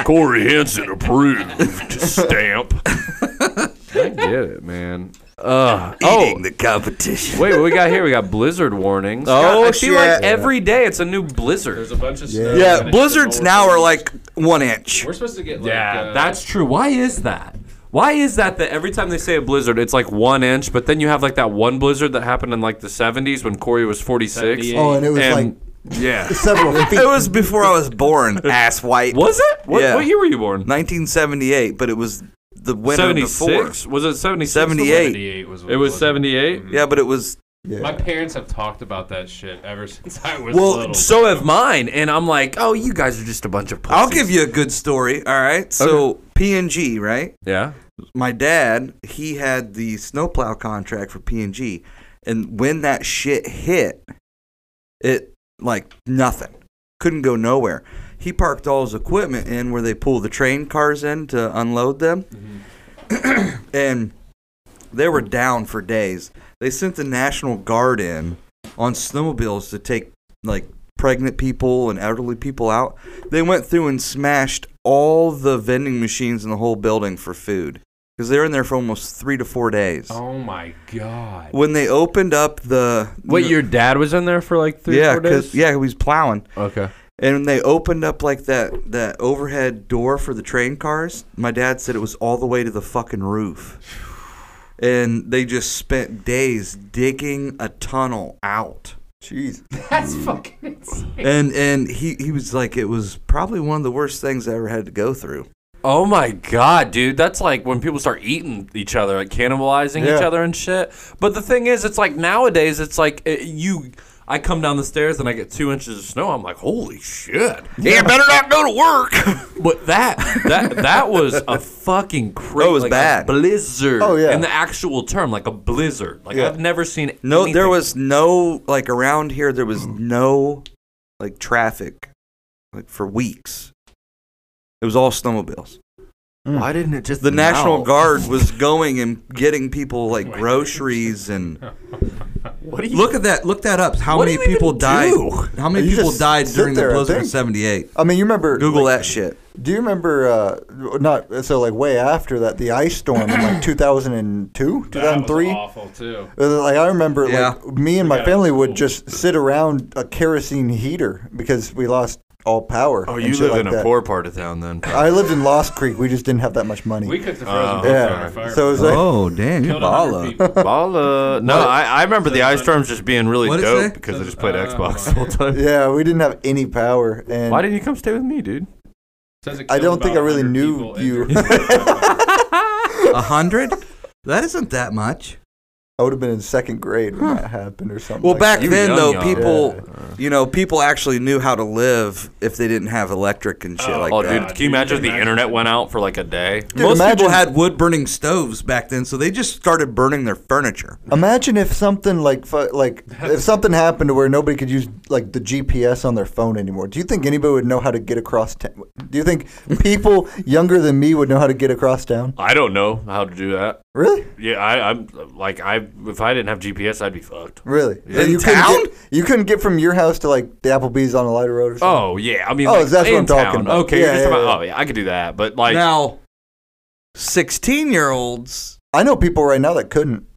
E: Corey Hansen approved. Stamp. I get it, man. Uh, oh,
H: Eating the competition.
E: wait, what we got here? We got blizzard warnings.
H: Oh,
E: God, I feel like
H: shit.
E: every day it's a new blizzard.
G: There's a bunch of snow.
F: Yeah,
H: Yeah, blizzards now are like one inch.
G: We're supposed to get like.
E: Yeah,
G: uh,
E: that's true. Why is that? Why is that that every time they say a blizzard, it's like one inch, but then you have like that one blizzard that happened in like the 70s when Corey was 46?
G: 78.
F: Oh, and it was
E: And-
F: like several feet.
H: It was before I was born, ass white.
E: Was it? What,
H: Yeah.
E: what year were you born?
H: 1978, but it was the winter before.
E: 76? Was it 76?
H: 78.
G: 78 was.
E: It was 78?
H: Yeah, but it was
F: Yeah.
G: My parents have talked about that shit ever since I was
E: Well,
G: little.
E: so have mine, and I'm like, oh, you guys are just a bunch of. Pussies.
H: I'll give you a good story. All right. So PNG, right?
E: Yeah.
H: My dad, he had the snowplow contract for PNG, and when that shit hit, it like nothing. Couldn't go nowhere. He parked all his equipment in where they pull the train cars in to unload them,
G: Mm-hmm.
H: and they were down for days. They sent the National Guard in on snowmobiles to take like pregnant people and elderly people out. They went through and smashed all the vending machines in the whole building for food because they were in there for almost three to four days.
G: oh my god.
H: When they opened up the
E: What your dad was in there for like three,
H: yeah,
E: four days.
H: yeah, he was plowing.
E: Okay.
H: And when they opened up like that that overhead door for the train cars, my dad said it was all the way to the fucking roof. And they just spent days digging a tunnel out.
F: Jeez.
G: That's fucking insane.
H: And and he, he was like it was probably one of the worst things I ever had to go through.
E: Oh my god, dude, that's like when people start eating each other, like cannibalizing each
F: Yeah.
E: other and shit. But the thing is, it's like nowadays, it's like uh you. I come down the stairs and I get two inches of snow. I'm like, holy shit! Yeah, better not go to work. but that that that was a fucking crazy.
H: Oh, it was bad.
E: blizzard.
F: Oh, yeah.
E: in the actual term, like a blizzard. Like I've never seen.
H: No, there
E: anything-
H: was no like around here there was no like traffic like for weeks. It was all snowmobiles.
E: Why didn't it just
H: the National
E: melt?
H: Guard was going and getting people like groceries and
E: What do you
H: look at that look that up how
E: What do
H: many
E: you
H: people
E: even
H: died
E: do?
H: how many
F: You
H: people
F: just
H: died
F: sit
H: during the
F: there and
H: blizzard of
F: think.
H: 78
F: I mean, you remember
H: google
F: like,
H: that shit
F: Do you remember uh, not so like way after that the ice storm in like 2002,
G: That
F: 2003?
G: was awful too.
F: Uh, Like I remember,
H: Yeah.
F: like me and my family would just sit around a kerosene heater because we lost all power.
E: Oh,
F: and
E: you
F: shit
E: live
F: like
E: in a
F: that.
E: poor part of town then. Um,
F: I lived in Lost Creek. We just didn't have that much money.
G: We cooked the frozen pizza on our
F: yeah,
G: fire.
F: so it was like
H: oh damn you
G: Killed a hundred
H: bala
G: people.
E: Bala. No, I, I remember the ice storms just being really
H: What'd it
E: dope
H: say?
E: because I just played
G: Uh,
E: Xbox the whole time.
F: yeah, we didn't have any power. And
E: Why didn't you come stay with me, dude?
G: Says it
F: I
G: killed
F: don't think
G: about
F: I really
G: 100
F: knew
G: people and
F: you.
G: their family.
H: a hundred that isn't that much
F: I would have been in second grade when that happened or something.
H: well
F: like
H: back
E: You
H: then
E: young,
H: though
E: young.
H: people
E: Yeah.
H: you know people actually knew how to live if they didn't have electric and shit
G: Oh,
H: like
E: oh,
H: that
E: dude, can you imagine if the internet went out for like a day?
F: Dude,
H: most
F: imagine-
H: people had wood burning stoves back then so they just started burning their furniture
F: Imagine if something like fu- like if something happened to where nobody could use like the GPS on their phone anymore. Do you think anybody would know how to get across town? Do you think people younger than me would know how to get across town?
E: I don't know how to do that.
F: Really?
E: Yeah, I, I'm like, I if I didn't have GPS, I'd be fucked.
F: Really? So
H: In
F: you couldn't
H: town?
F: Get, you couldn't get from your house to like the Applebee's on a lighter road or something.
E: Oh yeah, I mean,
F: Oh,
E: like,
F: is that's what
E: in
F: I'm talking
E: town.
F: about.
E: Okay, you're
F: Yeah,
E: just
F: yeah,
E: about-
F: yeah.
E: oh yeah, I could do that, but like,
H: now 16 year olds
E: oh.
F: I know people right now that couldn't.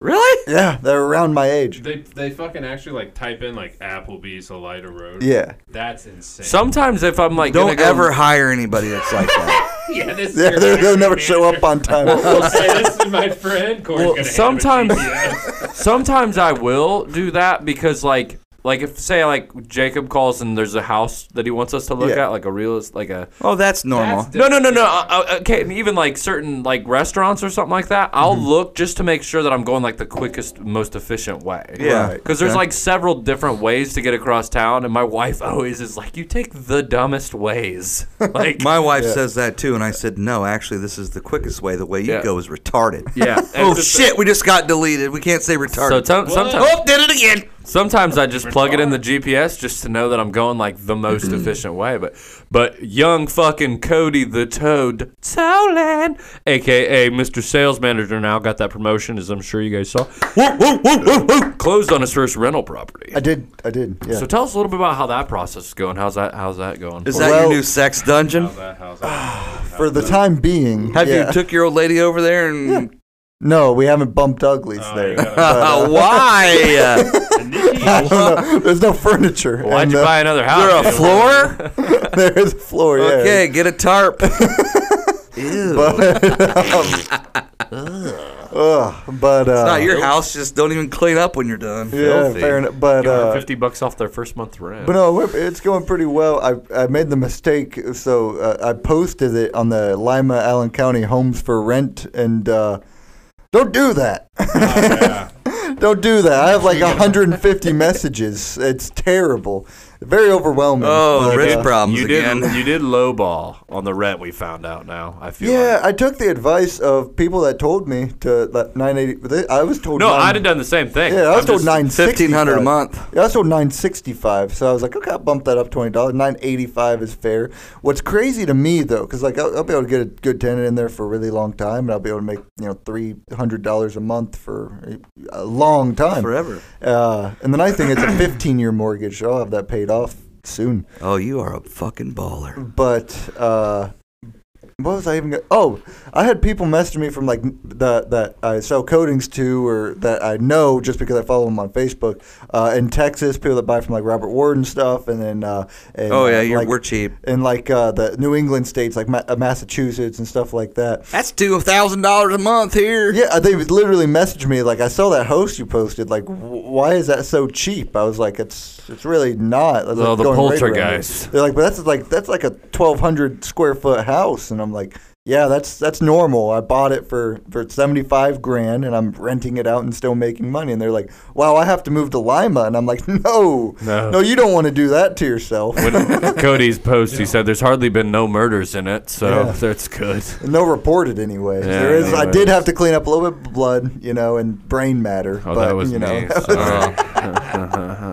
H: really
F: Yeah, they're around my age.
G: They, they fucking actually like type in like Applebee's a lighter road.
F: Yeah.
G: That's insane.
E: sometimes if I'm like, gonna
H: Don't
E: go-
H: ever hire anybody that's like that.
G: yeah, this is
F: Yeah,
G: your
F: they're, they'll
G: factory
F: never show
G: manager.
F: up on time.
G: hey, this is my friend. Corey's
E: Well,
G: gonna
E: sometimes-
G: Hand him a GPS.
E: sometimes I will do that because like like if say like Jacob calls and there's a house that he wants us to look
F: Yeah.
E: at like a real like a
H: Oh, that's normal.
G: That's
E: no no no no
G: different.
E: uh, uh, okay and even like certain like restaurants or something like that I'll look just to make sure that I'm going like the quickest most efficient way
H: yeah.
F: Right.
E: because there's like several different ways to get across town and my wife always is like you take the dumbest ways like
H: My wife says that too, and I said, no, actually, this is the quickest way. The way you
E: Yeah.
H: go is retarded.
E: yeah and
H: oh,
E: it's just-
H: shit, we just got deleted. We can't say retarded.
E: so some- sometimes
H: oh, did it again.
E: Sometimes I just plug it in the GPS just to know that I'm going like the most efficient way. But but young fucking Cody the Toad Toland, aka Mr. Sales Manager, now got that promotion as I'm sure you guys saw. Woo, woo, woo, woo, woo. Closed on his first rental property.
F: I did. I did. Yeah.
E: So tell us a little bit about how that process is going. How's that? How's that going?
H: Is that
F: Well-
H: your new sex dungeon?
G: That house. I
F: For the time being,
H: Have
F: yeah.
H: you took your old lady over there and
F: no, we haven't bumped uglies there. Uh-huh.
H: Uh, why?
F: No, there's no furniture.
E: Why'd
F: and,
E: you
F: uh,
E: buy another house?
H: You're a
E: dude?
H: floor?
F: there is a floor. Yeah.
H: Okay, get a tarp. Ew.
F: Ugh, but uh,
H: Nah, your house just don't even clean up when you're done.
F: yeah,
H: Filthy.
F: fair enough. But
E: You earn
F: uh,
E: 50 bucks off their first month rent.
F: but no, we're- it's going pretty well. I I made the mistake, so uh, I posted it on the Lima Allen County Homes for Rent, and uh, don't do that. Don't do that. I have like 150 messages. It's terrible. Very overwhelming.
H: Oh,
F: But,
H: Rich
F: uh,
H: problems
E: You
H: again.
E: did you did lowball on the rent we found out now. I feel like.
F: Yeah, I took the advice of people that told me to let 980. they- I was told
E: No,
F: nine-
E: I'd have done the same thing.
F: Yeah, I was
E: I'm
F: told
E: just-
F: nine
H: Fifteen hundred a month.
F: Yeah, I was told nine sixty five. So I was like, okay, I'll bump that up twenty dollars. Nine eighty five is fair. What's crazy to me though, because like I'll, I'll be able to get a good tenant in there for a really long time, and I'll be able to make you know three hundred dollars a month for a, a long time,
H: Forever.
F: Uh, and the nice thing, it's a fifteen year mortgage. So I'll have that paid off soon.
H: Oh, you are a fucking baller.
F: But uh, what was I even? Go- oh, I had people message me from like the that I sell coatings to, or that I know just because I follow them on Facebook. Uh, in Texas, people that buy from like Robert Ward and stuff, and then uh, and,
H: Oh yeah,
F: uh,
H: you're,
F: like,
H: we're cheap.
F: in like uh, the New England states, like Ma- uh, Massachusetts and stuff like that.
H: That's two thousand dollars a month here.
F: Yeah, uh, they would literally messaged me like, "I saw that host you posted. Like, w- why is that so cheap?" I was like, "It's it's really not." That's
E: Oh,
F: like
E: the
F: going right around it.
E: poltergeist.
F: They're like, "But that's like that's like a twelve hundred square foot house," and I'm like, "Yeah, that's that's normal. I bought it for for seventy five grand, and I'm renting it out and still making money." And they're like, "Wow, I have to move to Lima," and I'm like, "No,
E: No.
F: no, you don't want to do that to yourself."
E: When Cody's post, he said, "There's hardly been no murders in it, so
F: Yeah.
E: that's good."
F: No reported anyway.
E: Yeah,
F: there is. I
E: anyways.
F: did have to clean up a little bit of blood, you know, and brain matter.
E: Oh,
F: but,
E: that was
F: you know,
E: me.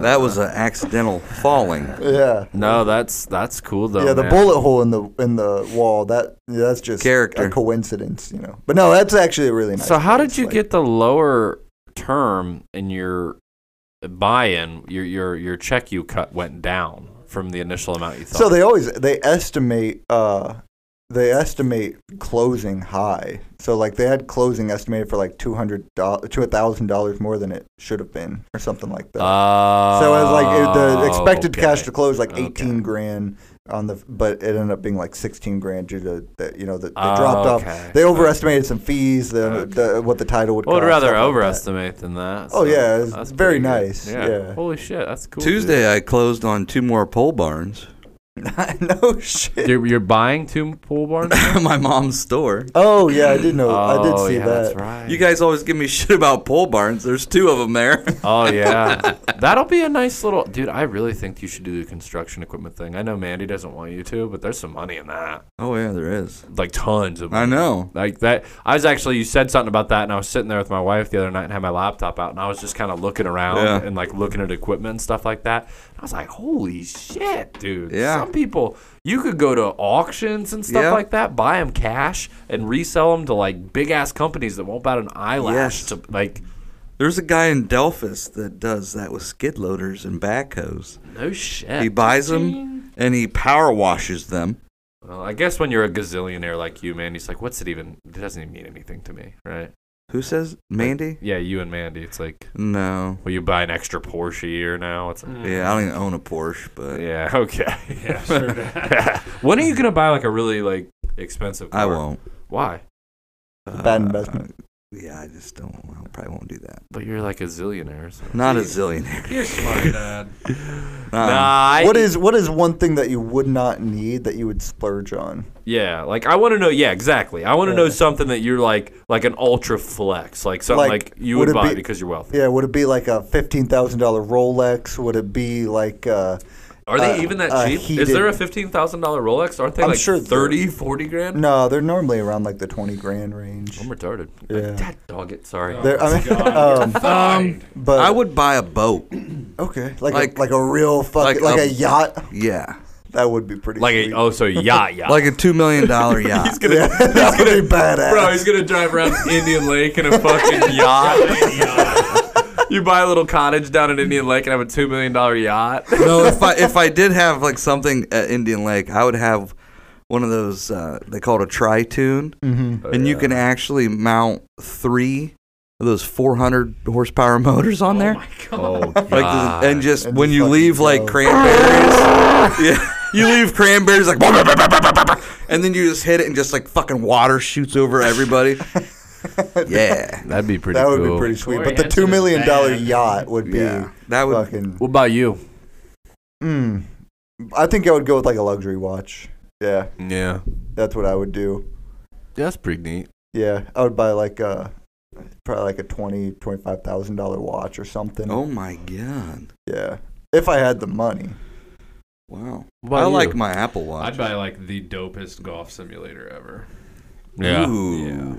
H: That was an accidental falling.
F: yeah.
E: no, that's that's cool though.
F: yeah, the
E: man.
F: bullet hole in the in the wall. That yeah, that's just
H: Character.
F: a coincidence, you know. But no, that's actually a really nice.
E: So how
F: place,
E: did you
F: like-
E: get the lower term in your buy-in? Your your your check you cut went down from the initial amount you thought.
F: So they always they estimate uh they estimate closing high. So like they had closing estimated for like two hundred dollars to thousand dollars more than it should have been, or something like that.
E: Oh,
F: So it was like it, the expected
E: okay.
F: cash to close like
E: Okay.
F: 18 grand on the, but it ended up being like 16 grand due to that. You know, that they dropped
E: Okay.
F: off. They overestimated some fees, the, the what the title would.
E: I would
F: cost,
E: rather
F: stuff like
E: overestimate than that. so
F: Oh, yeah, it's
E: that's
F: very
E: pretty good.
F: nice, yeah.
E: Holy shit, that's cool. dude.
H: Tuesday, I closed on two more pole barns.
F: that. no shit.
E: You're, you're buying two pool barns?
H: My mom's store.
F: Oh yeah, I did know. I did
E: Oh,
F: see
E: yeah,
F: that.
E: That's right.
H: You guys always give me shit about pole barns. There's two of them there.
E: Oh yeah, that'll be a nice little dude. I really think you should do the construction equipment thing. I know Mandy doesn't want you to, but there's some money in that,
H: Oh yeah, there is.
E: like tons of. Money.
H: I know.
E: Like that, I was actually. You said something about that, and I was sitting there with my wife the other night and had my laptop out, and I was just kind of looking around
H: Yeah.
E: and like looking at equipment and stuff like that. I was like, "Holy shit, dude!"
H: Yeah.
E: Some people, you could go to auctions and stuff
H: Yeah.
E: like that, buy them cash, and resell them to like big ass companies that won't bat an eyelash.
H: Yes.
E: To like,
H: There's a guy in Delphus that does that with skid loaders and backhoes.
E: no shit.
H: He buys them and he power washes them.
E: Well, I guess when you're a gazillionaire like you, man, he's like, what's it even? It doesn't even mean anything to me, right?
H: Who says Mandy?
E: Yeah, you and Mandy, it's like,
H: No.
E: well, you buy an extra Porsche a year now. It's like,
H: Yeah, I don't even own a Porsche, but
E: yeah, okay. Yeah, when are you gonna buy like a really like expensive? Car?
H: I won't.
E: Why?
F: bad investment.
H: Yeah, I just don't. I probably won't do that.
E: But you're like a zillionaire. So.
H: Not a zillionaire.
L: You're smart, Dad.
H: Uh,
E: I,
F: Um, what is what is one thing that you would not need that you would splurge on?
E: Yeah, like I want to know. Yeah, exactly. I want to know
F: Yeah.
E: something that you're like, like an ultra flex, like something like,
F: Like,
E: you
F: would
E: would
F: it
E: buy
F: be-
E: because you're wealthy.
F: Yeah, would it be like a fifteen thousand dollar Rolex? Would it be like uh,
E: Are they
F: uh,
E: even that
F: uh,
E: cheap? Is
F: heated-
E: there a fifteen thousand dollar Rolex? Aren't they
F: I'm
E: like
F: sure there-
E: 30, 40 grand?
F: no? They're normally around like the twenty grand range.
E: I'm retarded.
F: Yeah.
E: Dad dog it. Sorry.
F: There, I mean, um,
L: Fine.
F: but
H: I would buy a boat.
F: okay, like
H: like-
F: a, like a real fucking
H: like
F: like,
H: a-
F: a yacht.
H: Yeah,
F: That would be pretty.
E: Like
F: sweet.
E: a, oh, so yacht, yacht.
H: like a two million dollar yacht.
E: gonna,
F: that would be badass.
E: bro, he's gonna drive around Indian Lake in a fucking yacht. you buy a little cottage down in Indian Lake and have a two million dollar yacht.
H: no, if I if I did have like something at Indian Lake, I would have one of those. Uh, they call it a tri-tune,
E: Oh,
F: Mhm.
H: and you can actually mount three of those 400 horsepower motors on there.
E: Oh,
H: Like, the- and just
F: And
H: when
F: just
H: you
F: fucking
H: leave like
F: go.
H: cranberries, yeah, you leave cranberries like, and then you just hit it and just like fucking water shoots over everybody. yeah,
E: that'd be pretty.
F: that would be pretty sweet.
L: Corey
F: But the
L: Henson
F: two
L: is
F: million dollar
L: bad.
F: yacht would be
H: yeah, that would.
F: fucking.
E: What about you?
F: Mm, I think I would go with like a luxury watch. Yeah,
E: Yeah,
F: that's what I would do.
E: that's pretty neat.
F: Yeah, I would buy like a probably like a twenty twenty five thousand dollar watch or something.
H: Oh my god!
F: Yeah, if I had the money.
H: Wow.
E: about
H: I
E: you?
H: like my Apple
G: I'd
H: Watch.
G: buy like the dopest golf simulator ever.
E: Yeah.
H: Ooh.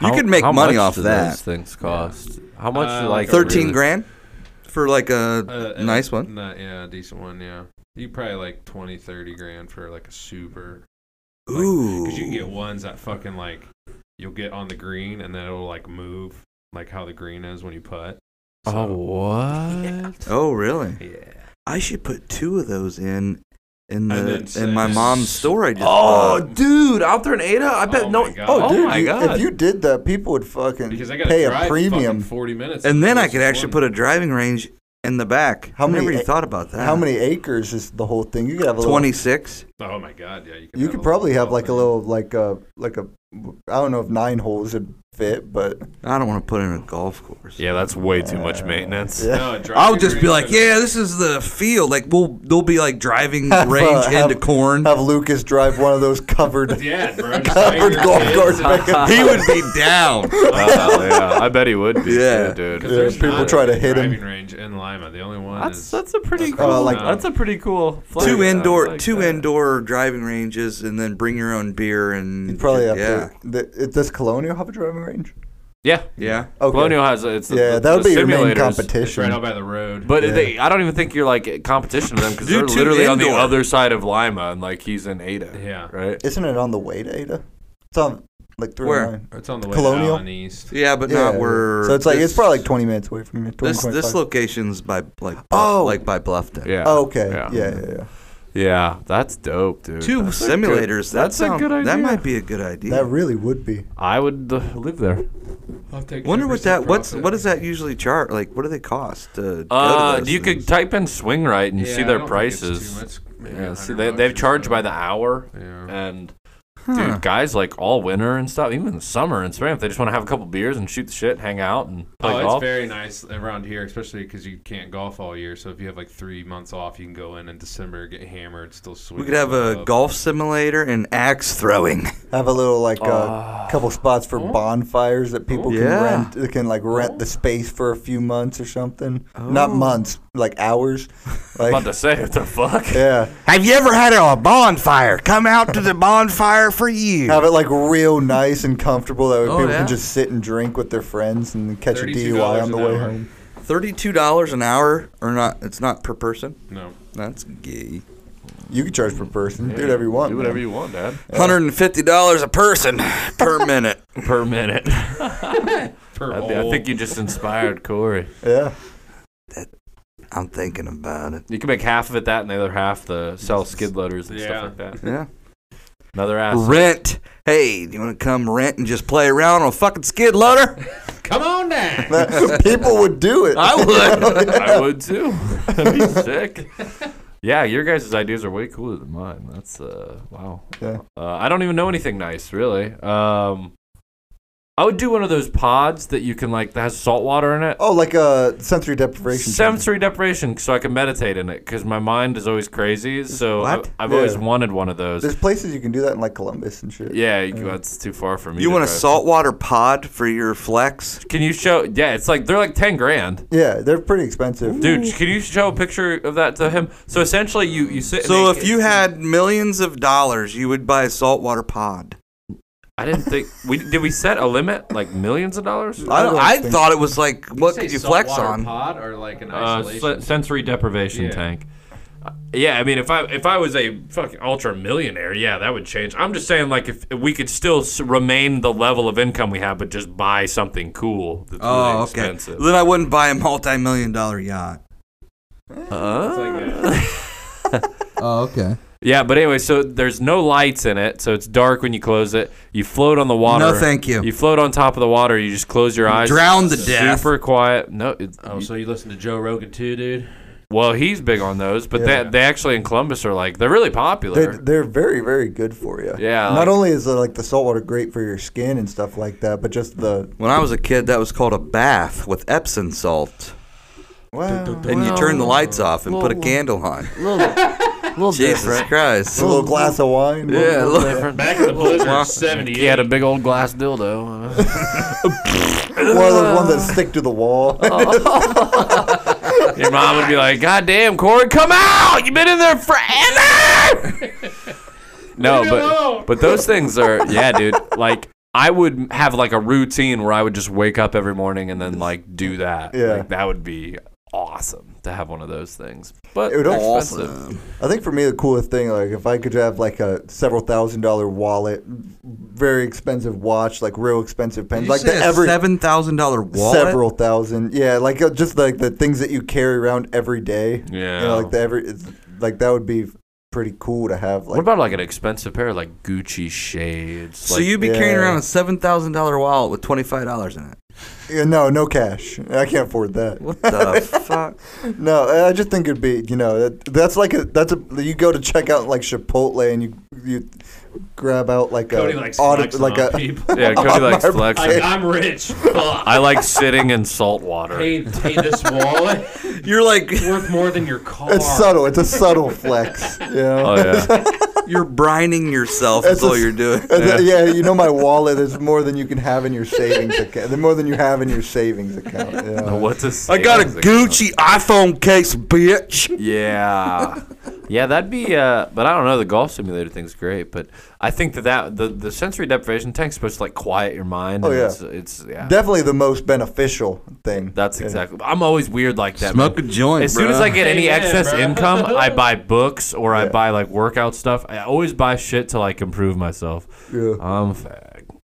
G: Yeah.
H: You could make
E: how
H: money
E: much
H: off
E: do
H: that.
E: Those things cost how much?
G: Uh,
E: do, like a
H: Thirteen
E: really-
H: grand for like a
G: Uh, and
H: nice one.
G: Not, yeah, a decent one. Yeah, you probably like 20, 30 grand for like a super.
H: Ooh.
G: Because you can get ones that fucking like you'll get on the green and then it'll like move like how the green is when you putt.
E: Oh what?
H: oh really?
G: Yeah.
H: I should put two of those in
G: And
H: in the
G: then
H: in
G: say-
H: my mom's store. I just
E: Oh,
H: bought.
E: dude, out there in Ada, I bet
G: Oh
E: no.
G: my God.
E: Oh,
G: Oh
E: dude,
F: my
E: you-
F: If you did that, people would fucking
G: Because I got
F: pay a premium.
G: forty minutes.
H: and then I could actually put a driving range in the back.
F: How
H: I never
F: many-
H: even thought about that.
F: How many acres is the whole thing? You could have a little-
H: Twenty six.
G: a. Oh my god! Yeah, you could.
F: You
G: have
F: could
G: a
F: probably
G: little
F: have like a
G: golf
F: little like a like a I don't know if nine holes would fit, but
H: I don't want to put in a golf course.
E: yeah, that's way too much maintenance.
F: yeah.
G: thing. No, a driving
H: I'll just be
G: range
H: like,
G: and-
H: yeah, this is the field. Like we'll they'll be like driving range
F: uh,
H: into corn.
F: have Lucas drive one of those covered
G: Yeah, bro. just
F: covered
G: hang your
F: Oh, golf
G: kids
F: carts
G: up.
F: back up.
H: he would be down.
E: Oh, yeah, I bet he would be.
H: Yeah.
E: too, dude.
G: 'Cause there's
F: people
G: not
F: try
G: a
F: to hit 'em.
G: Driving range in Lima. The only one
E: That's
G: is
E: that's a pretty cool.
F: Uh, like-
E: that's a pretty cool. Flag.
H: two
E: I
H: indoor
E: like
H: two
E: that.
H: indoor driving ranges and then bring your own beer and
F: You'd probably have
H: yeah.
F: to. The, does Colonial have a driving range?
E: Yeah,
H: Yeah.
F: Okay.
E: Colonial has a, it's a-
F: yeah,
E: the-
F: that would
E: the
F: be your main
E: simulators.
G: it's right
F: competition.
G: out by the road.
E: But
F: Yeah.
E: they, I don't even think you're like at competition to them because
H: Do
E: they're
H: two
E: literally on the
H: indoor.
E: other side of Lima and like he's in Ada.
G: Yeah.
E: right.
F: Isn't it on the way to Ada? It's on like three
H: Where?
G: it's on the way
F: Colonial?
G: Colonial? down east.
H: Yeah, but
F: Yeah.
H: not where
F: So it's like it's
H: this-
F: probably like twenty minutes away from here. 20,
H: this this
F: 25.
H: location's by like
F: Oh.
H: like by Bluffton.
E: Yeah.
F: Oh, okay. Yeah.
E: Yeah.
F: Yeah. Yeah. yeah.
E: Yeah, that's dope, dude.
H: Two
E: That's a good-
H: simulators.
E: that's a
H: sound-
E: good idea.
H: That might be a good idea.
F: That really would be.
E: I would uh, live there.
G: I'll take
H: Wonder what
G: 10%
H: that what's
G: profit.
H: what does that usually charge? Like what do they cost? To go to
E: Uh,
H: those
E: you
H: things?
E: could type in swing right and
G: Yeah,
E: see
G: I
E: their
G: don't think it's too
E: prices.
G: much, maybe
E: Yeah,
G: 100
E: see, they
G: bucks
E: they've
G: or
E: charged
G: so.
E: by the hour,
G: Yeah.
E: and dude, guys like all winter and stuff, even in the summer and spring, if they just want to have a couple beers and shoot the shit, hang out and play
G: Oh,
E: golf.
G: it's very nice around here, especially because you can't golf all year. So if you have like three months off, you can go in in December, get hammered, still sweet.
H: we could have a golf simulator and axe throwing.
F: Have a little like a
E: Ah.
F: couple spots
E: Oh.
F: for bonfires that people
H: Yeah.
F: can rent. They can like rent the space for a few months or something. Not months, like hours.
E: I'm Oh. about to
F: Like
E: say what the fuck.
F: yeah,
H: Have you ever had a bonfire? Come out to the bonfire for you.
F: have it like real nice and comfortable. That way
H: Oh,
F: people
H: yeah.
F: can just sit and drink with their friends and catch a
G: $32
F: DUI on
G: an
F: the way
G: hour.
F: home.
H: Thirty-two dollars an hour, or not? It's not per person.
G: No.
H: That's gay.
F: You can charge per person. Do whatever you want.
E: Do whatever you want, Dad.
H: Hundred and fifty dollars a person per minute.
E: Per minute. I,
G: Per
E: thi- I
G: hole.
E: think you just inspired Corey.
F: Yeah.
H: I'm thinking about it.
E: You can make half of it that, and the other half the sell skid loaders and
G: Yeah.
E: stuff like that.
H: Yeah.
E: Another ass.
H: Rent. Hey, do you want to come rent and just play around on a fucking skid loader?
G: Come on down.
F: That- people would do it.
H: I would.
E: I would too. That'd be sick. Yeah, your guys' ideas are way cooler than mine. That's uh, wow.
F: Yeah.
E: Uh, I don't even know anything nice, really. Um, I would do one of those pods that you can like that has salt water in it.
F: Oh, like a sensory deprivation. thing.
E: Sensory deprivation, so I can meditate in it because my mind is always crazy. So I,
H: What?
E: I've always
F: Yeah.
E: wanted one of those.
F: There's places you can do that in like Columbus and shit.
E: yeah, you, that's too far for me.
H: you
E: to
H: want a
E: drive.
H: saltwater pod for your flex?
E: Can you show? Yeah, it's like they're like ten grand.
F: Yeah, they're pretty expensive.
E: Dude, can you show a picture of that to him? So essentially, you you sit. and
H: So
E: they-
H: if you had millions of dollars, you would buy a saltwater pod.
E: I didn't think we did. We set a limit like millions of dollars.
H: I, don't,
F: don't
H: I
F: think-
H: thought it was like what could you flex on?
G: Pod or like an
E: Uh,
G: isolation.
E: se- sensory deprivation
G: Yeah.
E: tank. Uh, Yeah, I mean, if I if I was a fucking ultra millionaire, yeah, that would change. I'm just saying, like, if, if we could still s- remain the level of income we have, but just buy something cool that's really
H: Oh, okay.
E: expensive.
H: Then I wouldn't buy a multi-million dollar yacht.
E: Uh,
H: Oh, okay.
E: yeah, but anyway, so there's no lights in it, so it's dark when you close it. You float on the water.
H: No, thank you.
E: You float on top of the water. You just close your eyes.
H: drown to death.
E: Super quiet. No, it,
G: oh, so you listen to Joe Rogan too, dude?
E: Well, he's big on those, but
F: Yeah.
E: they, they actually in Columbus are like they're really
F: They're,
E: popular.
F: they're very, very good for you.
E: Yeah,
F: Not
E: like-
F: only is the, like the salt water great for your skin and stuff like that, but just the
H: When I was a kid, that was called a bath with Epsom salt.
F: well,
H: And you turn the lights off and put a candle on.
E: little,
H: little Jesus
E: different.
H: Christ.
F: A little glass of wine.
H: Yeah, a little
G: Back in the blizzard, seventy-eight.
E: He had a big old glass dildo.
F: One of those ones that stick to the wall.
E: Oh. Your mom would be like, "God damn, Corey, come out! You've been in there forever." no,
G: alone.
E: but but those things are yeah, dude. Like I would have like a routine where I would just wake up every morning and then like do that.
F: Yeah.
E: like, that would be awesome to have one of those things. But
F: It would also-
E: expensive.
F: I think for me the coolest thing, like if I could have like a several thousand dollar wallet, very expensive watch, like real expensive pens, like the every
H: seven thousand dollar wallet.
F: several thousand, yeah, like uh, just like the things that you carry around every day.
E: Yeah.
F: you know, like the every, it's, like that would be pretty cool to have. Like
E: what about like an expensive pair of like Gucci shades?
H: So
E: like,
H: you'd be carrying
F: Yeah.
H: around a seven thousand dollar wallet with twenty five dollars in it.
F: Yeah, no, no cash. I can't afford that.
H: What the fuck?
F: No, I just think it'd be you know that, that's like a that's a you go to check out like Chipotle and you you grab out like
G: Cody
F: a
G: likes
F: audi-
G: flexing
F: like
G: on
F: a
G: people.
E: yeah, Cody likes
F: my
E: flexing.
G: I, I'm rich. Fuck.
E: I like sitting in salt water.
G: Hey, hey, this wallet
H: You're like
G: worth more than your car.
F: it's subtle. It's a subtle flex. You know?
E: Oh yeah,
H: you're brining yourself. That's
F: It's a
H: all
F: s-
H: you're doing.
E: Oh,
F: It's a- yeah. you know my wallet is more than you can have in your savings account. than More than you have in your savings account. you know.
E: what's a
H: I got a
E: savings account?
H: Gucci iPhone case, bitch.
E: Yeah, yeah, that'd be. Uh, but I don't know. The golf simulator thing's great, but I think that, that the the sensory deprivation tank's supposed to like quiet your mind.
F: Oh,
E: and
F: yeah.
E: it's, it's yeah.
F: Definitely the most beneficial thing.
E: That's exactly. I'm always weird like that.
H: Smoke a
E: man.
H: joint,
E: As soon as
H: bruh.
E: I get any
G: Amen,
E: excess
G: bruh.
E: income, I buy books or I buy like workout stuff. I always buy shit to like improve myself.
F: Yeah.
E: I'm a fag.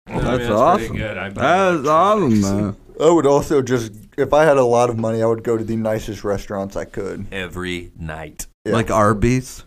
G: I mean,
H: That's
G: pretty
H: awesome.
G: Good. I
H: That's awesome, man.
F: I would also just if I had a lot of money, I would go to the nicest restaurants I could.
E: Every night.
F: Yeah.
H: Like Arby's.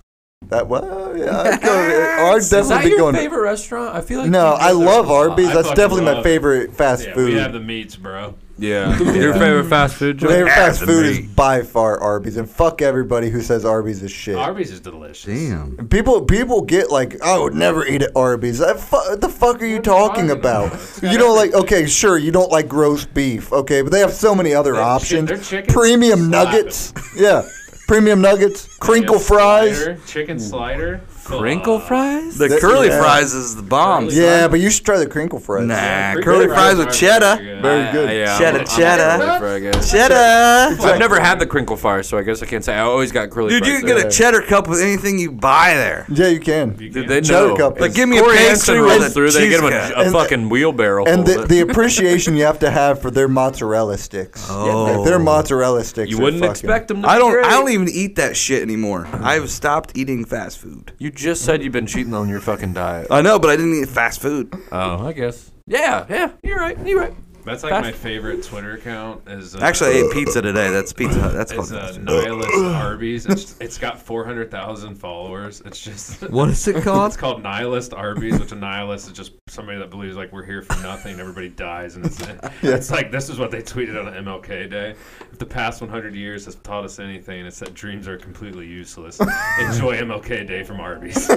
F: That well, yeah, I'd, go, I'd definitely
E: Is that
F: be
E: your
F: going.
E: favorite restaurant? I feel like
F: No,
E: you
F: I
E: go there
F: love
E: a lot.
F: Arby's.
G: I
F: That's
G: fucking
F: definitely my
G: love-
F: favorite fast
G: yeah,
F: food.
G: we have the meats, bro.
E: Yeah. Your favorite fast food
F: My
E: joint?
F: favorite fast
H: the
F: food is
H: meat.
F: by far Arby's, and fuck everybody who says Arby's is shit.
G: Arby's is delicious.
H: Damn.
F: People, people get like, I would never eat at Arby's. I fu- what the fuck are you talking about? You don't like, okay, sure, you don't like roast beef, okay, but they have so many other
G: Their chi-
F: options.
G: their chicken's
F: Premium
G: slapping.
F: nuggets, yeah, premium nuggets, crinkle
G: Yeah,
F: fries.
G: slider,
F: Mm.
G: chicken slider,
E: Crinkle
G: Fuck.
E: fries?
H: The
F: That-
H: curly
F: yeah.
H: fries is the bomb. son.
F: Yeah, but you should try the crinkle fries.
H: Nah,
G: Crinkle
H: curly fries with
G: are
H: cheddar.
G: pretty good.
F: Very good.
E: yeah, I'm
H: Cheddar,
E: a- I'm a
H: cheddar.
E: curly fry guy.
H: Cheddar.
E: I've never had the crinkle fire, so I guess I can't say. I always got curly
H: Dude,
E: fries.
H: you can get a cheddar cup with anything you buy there.
F: Yeah, you can.
E: Dude, they
F: cheddar
E: know.
F: cup.
E: If
F: Like,
H: give me a
E: Corey
H: pastry
E: Hansen
H: with
E: rolls
H: a
E: through, they get him
H: cheese
E: a, a
F: And-
E: fucking wheelbarrow.
F: And
E: full
F: the,
E: of
F: the
E: it.
F: appreciation you have to have for their mozzarella sticks.
H: Oh.
F: Like, their mozzarella sticks.
E: you
F: are
E: wouldn't
F: fucking-
E: expect them to.
H: I
E: be
H: don't. I
E: great.
H: don't even eat that shit anymore. I've stopped eating fast food.
E: You just said you've been cheating on your fucking diet.
H: I know, but I didn't eat fast food.
E: Oh, I guess. Yeah, yeah. You're right. You're right.
G: That's like my favorite Twitter account. Is uh,
H: Actually, I ate pizza today. That's pizza. Hut. That's
G: It's
H: fucking.
G: a
H: fast food.
G: nihilist Arby's. It's, it's got 400,000 followers. It's just.
H: What is it
G: It's
H: called?
G: called nihilist Arby's, which a nihilist is just somebody that believes like we're here for nothing, and everybody dies, and it's, it's like this is what they tweeted on MLK Day. If the past 100 years has taught us anything, it's that dreams are completely useless. Enjoy MLK Day from Arby's.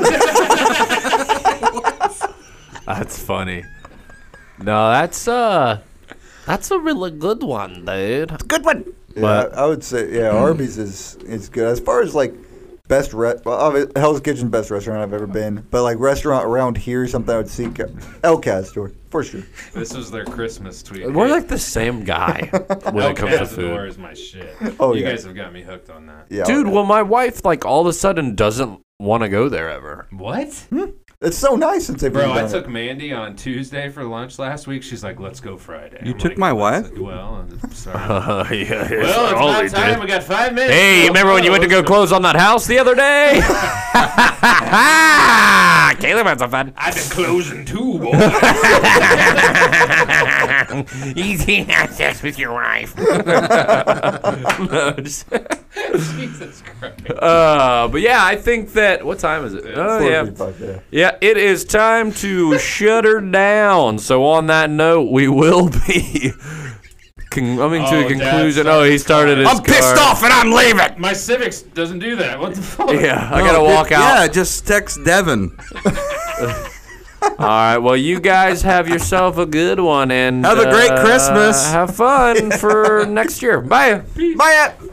E: That's funny. No, that's uh, that's a really good one, dude.
H: Good one.
F: Yeah, I I would say yeah,
E: Hmm.
F: Arby's is is good as far as like best re- well, obvi- Hell's Kitchen best restaurant I've ever been, but like restaurant around here something I would seek out. El Castor for sure.
G: this was their Christmas tweet.
E: We're like the same guy when it comes to
G: Cazador
E: food.
G: is my shit.
F: Oh,
G: you
F: yeah.
G: guys have got me hooked on that.
F: Yeah,
E: Dude, well, my wife like all of a sudden doesn't want to go there ever.
G: What?
F: it's so nice since they've been
G: Bro, I
F: done
G: took
F: it.
G: Mandy on Tuesday for lunch last week. She's like, "Let's go Friday."
H: You
G: I'm
H: took
G: like,
H: my
G: "Let's-
H: wife?
G: Well, I'm sorry.
E: Uh, yeah, yeah.
G: Well, it's
E: Holy
G: about time.
E: dude.
G: We got five minutes.
E: Hey, you remember when you went to go close on that house the other day? Caleb had some fun.
G: I've been closing too, boy.
E: Easy access with your wife. No, just-
G: Jesus Christ.
E: uh, but yeah, I think that. What time is it? Oh, yeah.
F: 45, yeah.
E: Yeah, it is time to shut her down. So, on that note, we will be con- coming to
G: Oh,
E: a
G: Dad
E: conclusion.
G: started
E: Oh, he started his
M: I'm pissed
E: car.
M: off and I'm leaving.
G: My Civics doesn't do that. What the fuck?
E: Yeah, I gotta walk out.
H: Yeah, just text Devin.
E: All right. Well, you guys have yourself a good one and uh,
H: Have a great Christmas.
E: Have fun for next year. Bye.
H: Bye.